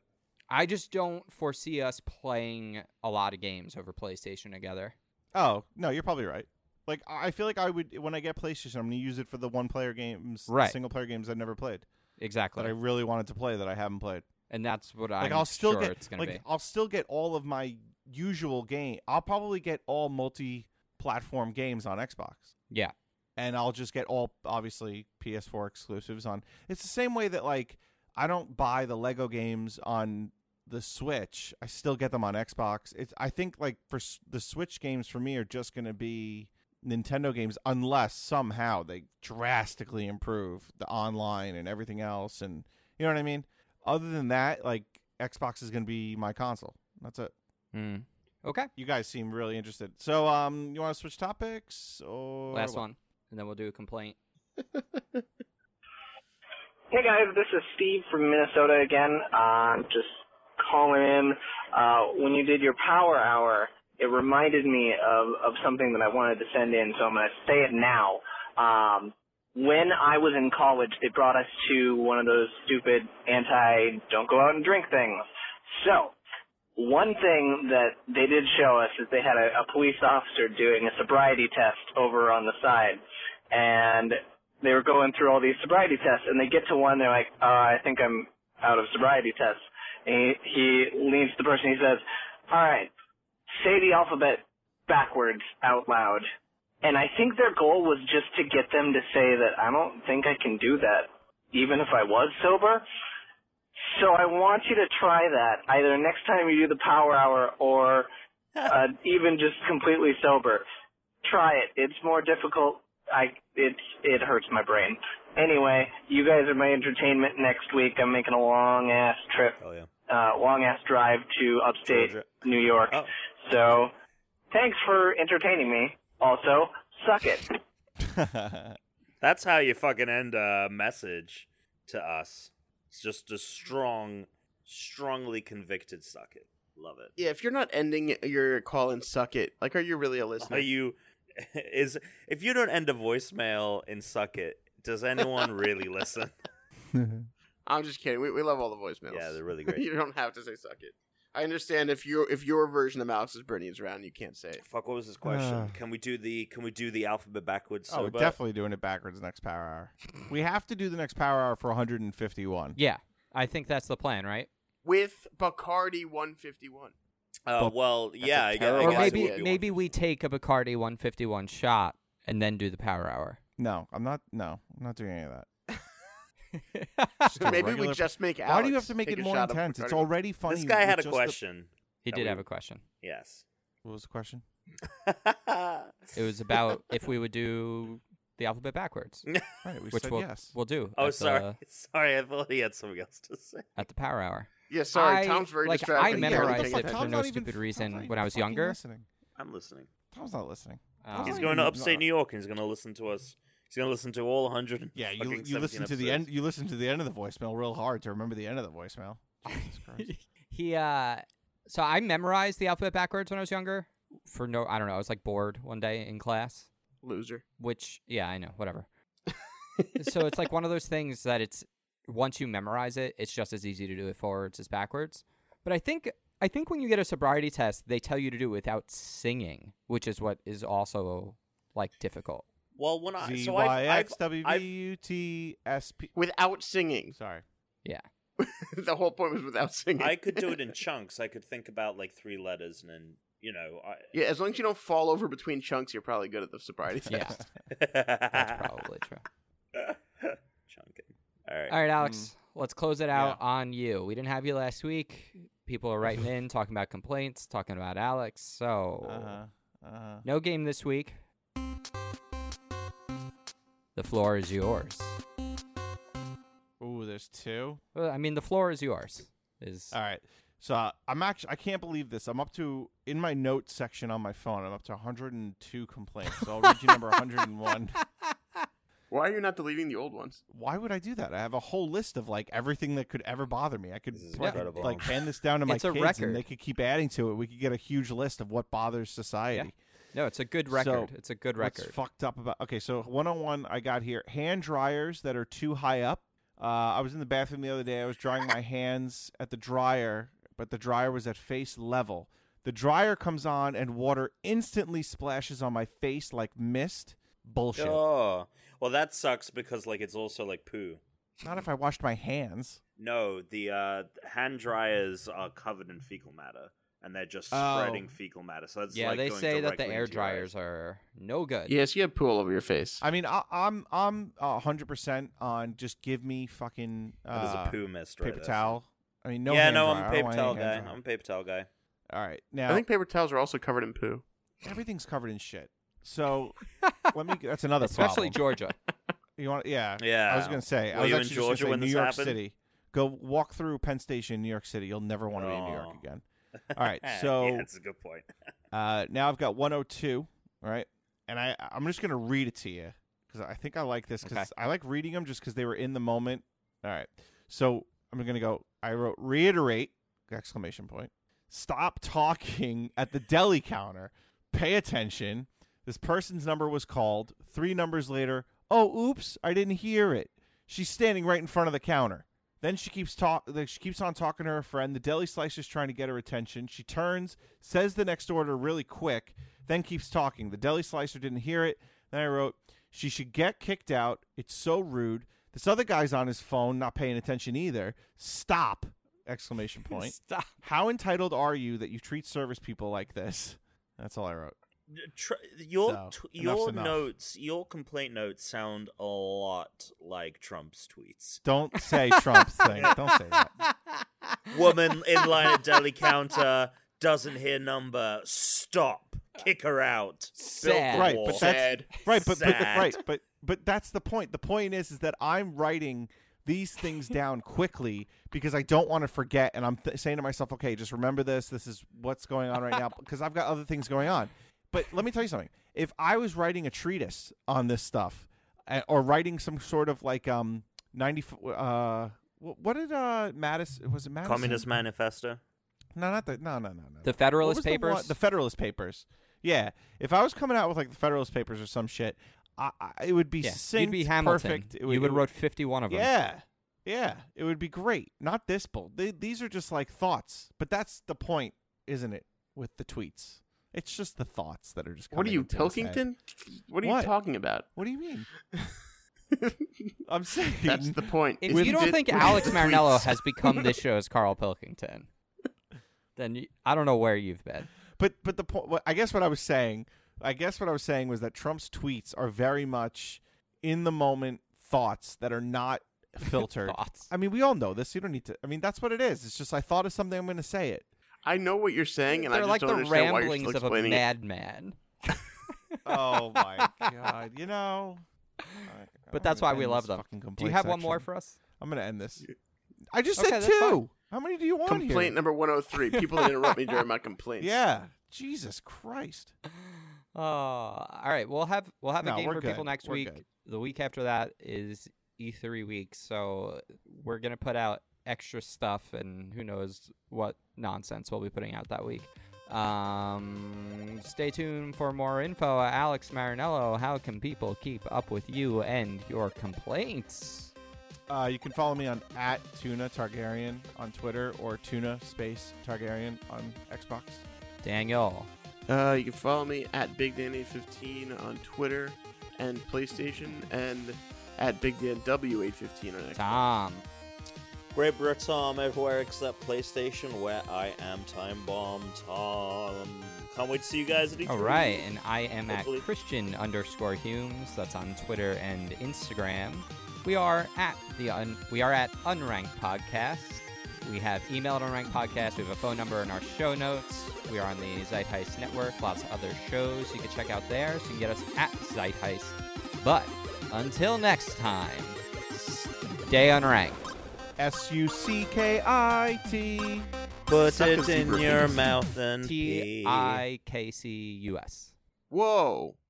S1: I just don't foresee us playing a lot of games over PlayStation together.
S2: Oh no, you're probably right. Like I I feel like I would when I get PlayStation, I'm gonna use it for the one-player games,
S1: Right.
S2: single-player games I've never played
S1: Exactly.
S2: that I really wanted to play that I haven't played.
S1: and that's what
S2: Like
S1: I'm
S2: will still
S1: sure
S2: get
S1: it's going
S2: like
S1: to be.
S2: I'll still get all of my usual game. I'll probably get all multi-platform games on Xbox.
S1: Yeah.
S2: and I'll just get all obviously PS4 exclusives on. It's the same way that like I don't buy the Lego games on the Switch. I still get them on Xbox. It's I think like for s- the Switch games for me are just going to be Nintendo games unless somehow they drastically improve the online and everything else and you know what I mean? Other than that, like Xbox is going to be my console. That's it.
S1: Mm. Okay.
S2: You guys seem really interested. So um you want to switch topics or
S1: Last
S2: what?
S1: one. And then we'll do a complaint.
S8: Hey guys, this is Steve from Minnesota again. Um, just calling in. Uh, when you did your power hour, it reminded me of, of something that I wanted to send in, so I'm going to say it now. Um, when I was in college, they brought us to one of those stupid anti don't go out and drink things. So, one thing that they did show us is they had a, a police officer doing a sobriety test over on the side. And they were going through all these sobriety tests, and they get to one, they're like, uh, I think I'm out of sobriety tests. And he, he leans to the person, he says, all right, say the alphabet backwards out loud. And I think their goal was just to get them to say that I don't think I can do that, even if I was sober. So I want you to try that either next time you do the power hour or uh, even just completely sober. Try it. It's more difficult. I it's it hurts my brain. Anyway, you guys are my entertainment next week. I'm making a long ass trip,
S3: Oh yeah,
S8: uh, long ass drive to upstate
S3: Georgia.
S8: New York.
S3: Oh,
S8: So, thanks for entertaining me. Also, suck it.
S3: that's how you fucking end a message to us. It's just a strong, strongly convicted suck it. Love it.
S4: Yeah, if you're not ending your call and suck it, like, are you really a listener?
S3: Are you is if you don't end a voicemail in suck it, does anyone really listen?
S4: I'm just kidding. We, we love all the voicemails.
S3: Yeah, they're really great.
S4: you don't have to say suck it. I understand if your if your version of Alex's Bernie's round, you can't say it.
S3: Fuck, what was this question?
S2: Ah.
S3: can we do the can we do the alphabet backwards?
S2: Oh, we're
S3: sober?
S2: definitely doing it backwards next power hour. We have to do the next power hour for 151.
S1: Yeah. I think that's the plan, right?
S4: With Bacardi 151.
S3: Uh, well, yeah, I gue- I guess,
S4: terrible
S1: Or
S4: guess it
S1: maybe
S4: would be
S1: maybe we take a Bacardi 151 shot and then do the power hour.
S2: No, I'm not. No, I'm not doing any of that. a
S4: Maybe we
S2: regular-
S4: just make Alex.
S2: Why do you have to make
S4: take
S2: it
S4: a
S2: more
S4: shot of
S2: intense? It's
S4: Bacardi.
S2: already funny.
S3: This guy
S2: with
S3: had a
S2: just the-
S3: question.
S1: he
S3: That
S1: did
S3: we-
S1: have a question.
S3: Yes. Oh,
S2: What was the question?
S1: It was about if we would do the alphabet backwards,
S2: Right, we
S1: which
S2: said
S1: we'll,
S2: yes.
S1: we'll do.
S3: oh,
S1: at
S3: sorry,
S1: The,
S3: sorry. I thought he had something else to say.
S1: at the power hour.
S4: Yeah, sorry.
S1: I-
S4: Tom's very
S1: like,
S4: distracted.
S1: I
S4: He can't
S1: memorized
S4: pay
S1: it for
S4: attention.
S1: no stupid reason when I was younger.
S2: Listening.
S3: I'm listening.
S2: Tom's not listening.
S1: Um,
S3: He's
S2: Why
S3: going to
S2: you
S3: upstate
S2: not?
S3: New York and he's going to listen to us. He's going to listen to all 100.
S2: Yeah, you you listen to the end. You listen to the end of the voicemail real hard to remember the end of the voicemail. Jesus Christ.
S1: he uh, so I memorized the alphabet backwards when I was younger. For no, I don't know. I was like bored one day in class,
S4: Loser.
S1: which yeah, I know. Whatever. so it's like one of those things that it's once you memorize it, it's just as easy to do it forwards as backwards. But I think I think when you get a sobriety test, they tell you to do it without singing, which is what is also like difficult.
S3: Well, when I
S2: Z
S3: so I've,
S2: y
S3: I've,
S2: x w v
S3: I've
S2: u t s p.
S4: Without singing.
S2: Sorry.
S4: the whole point was without singing.
S3: I could do it in chunks. I could think about like three letters and then you know. I,
S4: Yeah, as long as you don't fall over between chunks, you're probably good at the sobriety test.
S1: Yeah, that's probably true.
S3: Chunking. All right.
S1: All right, Alex, let's close it out on you. We didn't have you last week. People are writing in, talking about complaints, talking about Alex.
S3: Oh.
S1: So
S2: Uh-huh. Uh-huh.
S1: no game this week. The floor is yours.
S2: Ooh, there's two.
S1: Well, I mean, the floor is yours. Is
S2: All right. So uh, I'm actually I can't believe this. I'm up to in my notes section on my phone. I'm up to 102 complaints. So I'll read you number 101.
S4: Why are you not deleting the old ones?
S2: Why would I do that? I have a whole list of like everything that could ever bother me. I could
S3: This is
S2: fucking,
S3: incredible.
S2: like hand this down to my
S1: It's a
S2: kids,
S1: record.
S2: and they could keep adding to it. We could get a huge list of what bothers society.
S1: no, it's a good
S2: So,
S1: record. it's a good
S2: What's
S1: record.
S2: fucked up about? Okay, so 101 I got here hand dryers that are too high up. Uh, I was in the bathroom the other day. I was drying my hands at the dryer, but the dryer was at face level. The dryer comes on and water instantly splashes on my face like mist. Bullshit.
S9: Oh, well, that sucks because like it's also like poo.
S2: Not if I washed my hands.
S9: No, the uh, hand dryers are covered in fecal matter, and they're just
S2: Oh.
S9: spreading fecal matter. So that's
S1: yeah,
S9: like
S1: they
S9: going
S1: say that the
S9: directly
S1: air
S9: into your eyes.
S1: dryers are no good.
S4: Yes, you have poo all over your face.
S2: I mean, I, I'm I'm a hundred percent on just give me fucking
S9: That is
S2: uh,
S9: a poo mist. Right
S2: paper
S9: there.
S2: towel. I mean, no.
S9: yeah,
S2: hand
S9: no, I'm
S2: dryer. I
S9: a
S2: don't
S9: paper
S2: want
S9: towel
S2: any hand
S9: guy.
S2: dryer.
S9: I'm a paper towel guy.
S2: All right, now
S4: I think paper towels are also covered in poo.
S2: everything's covered in shit. So let me. That's another
S1: Especially
S2: problem.
S1: Georgia.
S2: You want? Yeah. I
S9: Yeah.
S2: was gonna say. I
S9: Were
S2: was
S9: you in
S2: actually just gonna
S9: Georgia
S2: say
S9: when
S2: New
S9: this
S2: York
S9: happened?
S2: City. Go walk through Penn Station, New York City. You'll never want to be in New York
S9: Oh.
S2: again. All right, so-
S9: yeah, that's a good point.
S2: Uh, now I've got 102. All right, and I I'm just gonna read it to you because I think I like this because
S1: Okay.
S2: I like reading them just because they were in the moment. All right, so I'm gonna go. I wrote reiterate exclamation point. Stop talking at the deli counter. Pay attention. This person's number was called. Three numbers later, oh oops, I didn't hear it. She's standing right in front of the counter. Then she keeps talk. like, She keeps on talking to her friend. The deli slicer's trying to get her attention. She turns, says the next order really quick, then keeps talking. The deli slicer didn't hear it. Then I wrote, "She should get kicked out. It's so rude." This other guy's on his phone, not paying attention either. Stop! Exclamation point.
S1: Stop.
S2: How entitled are you that you treat service people like this? That's all I wrote.
S9: Tr- your
S2: So,
S9: tw-
S2: enough's
S9: your
S2: enough.
S9: notes, your complaint notes sound a lot like Trump's tweets.
S2: Don't say Trump's thing. Don't say that.
S9: Woman in line at deli counter doesn't hear number. Stop. Kick her out. Build the
S1: Sad.
S2: Right,
S9: wall.
S2: but that's
S4: Sad.
S2: right but, but
S9: Sad.
S2: right but but that's the point the point is is that i'm writing these things down quickly because i don't want to forget and i'm th- saying to myself okay just remember this this is what's going on right now because i've got other things going on but let me tell you something if i was writing a treatise on this stuff uh, or writing some sort of like um 90 f- uh wh- what did uh Mattis was it Madison?
S9: Communist Manifesto.
S2: No, not the no no no no.
S1: The
S2: What
S1: Federalist
S2: was The, one-
S1: Papers.
S2: the Federalist Papers. Yeah. If I was coming out with like the Federalist Papers or some shit, I, I it would be
S1: yeah.
S2: succinct,
S1: You'd be Hamilton.
S2: perfect. It
S1: you would
S2: it
S1: have wrote 51 of them.
S2: Yeah. Yeah. It would be great. Not this bold. They, these are just like thoughts, but that's the point, isn't it? With the tweets, it's just the thoughts that are just.
S4: What are
S2: coming
S4: you,
S2: into his head.
S4: Pilkington? What are you
S2: What?
S4: talking about?
S2: What do you mean? I'm saying
S4: That's the point.
S1: If
S4: is
S1: you don't
S4: did-
S1: think Alex Marinello has become this show's Carl Pilkington, then you, I don't know where you've been.
S2: But but the point, what- I guess what I was saying, I guess what I was saying was that Trump's tweets are very much in the moment thoughts that are not filtered.
S1: Thoughts.
S2: I mean, we all know this. You don't need to. I mean, that's what it is. It's just I thought of something. I'm going to say it.
S4: I know what you're saying, and I
S1: They're
S4: just
S1: like
S4: don't
S1: the
S4: understand why you're
S1: ramblings
S4: still
S1: of a
S4: explaining it.
S1: madman.
S2: Oh my god! You know.
S1: But that's why we love them. Do you have one more for us?
S2: I'm going to end this. I just
S1: Okay,
S2: said
S1: that's
S2: two.
S1: fine.
S2: How many do you want here?
S4: Complaint number 103. People that interrupt me during my complaints.
S2: Yeah. Jesus Christ.
S1: Oh, all right. We'll have we'll have
S2: No,
S1: a game
S2: we're
S1: for people
S2: good.
S1: next
S2: We're
S1: week.
S2: good.
S1: The week after that is E3 week, so we're gonna put out extra stuff, and who knows what nonsense we'll be putting out that week. Um, stay tuned for more info. Alex Marinello, how can people keep up with you and your complaints?
S2: Uh, you can follow me on at Tuna Targaryen on Twitter or Tuna Space Targaryen on Xbox.
S1: Daniel,
S4: Uh, you can follow me at BigDan815 on Twitter and PlayStation, and at BigDanW815 on Xbox.
S1: Tom,
S9: Great Brit Tom everywhere except PlayStation, where I am Time Bomb Tom. Can't wait to see you guys at E E3.
S1: All right, and I am
S9: Hopefully.
S1: at Christian underscore Humes. That's on Twitter and Instagram. We are at the un- we are at Unranked Podcast. We have email at Unranked Podcast. We have a phone number in our show notes. We are on the Zeitgeist Network. Lots of other shows you can check out there. So you can get us at Zeitgeist. But until next time, stay unranked.
S2: S U C K I T.
S9: Put
S4: Suck a
S9: it in
S4: zebra
S9: your
S4: penis.
S9: mouth and
S1: T
S9: pee.
S1: I K C U S.
S4: Whoa.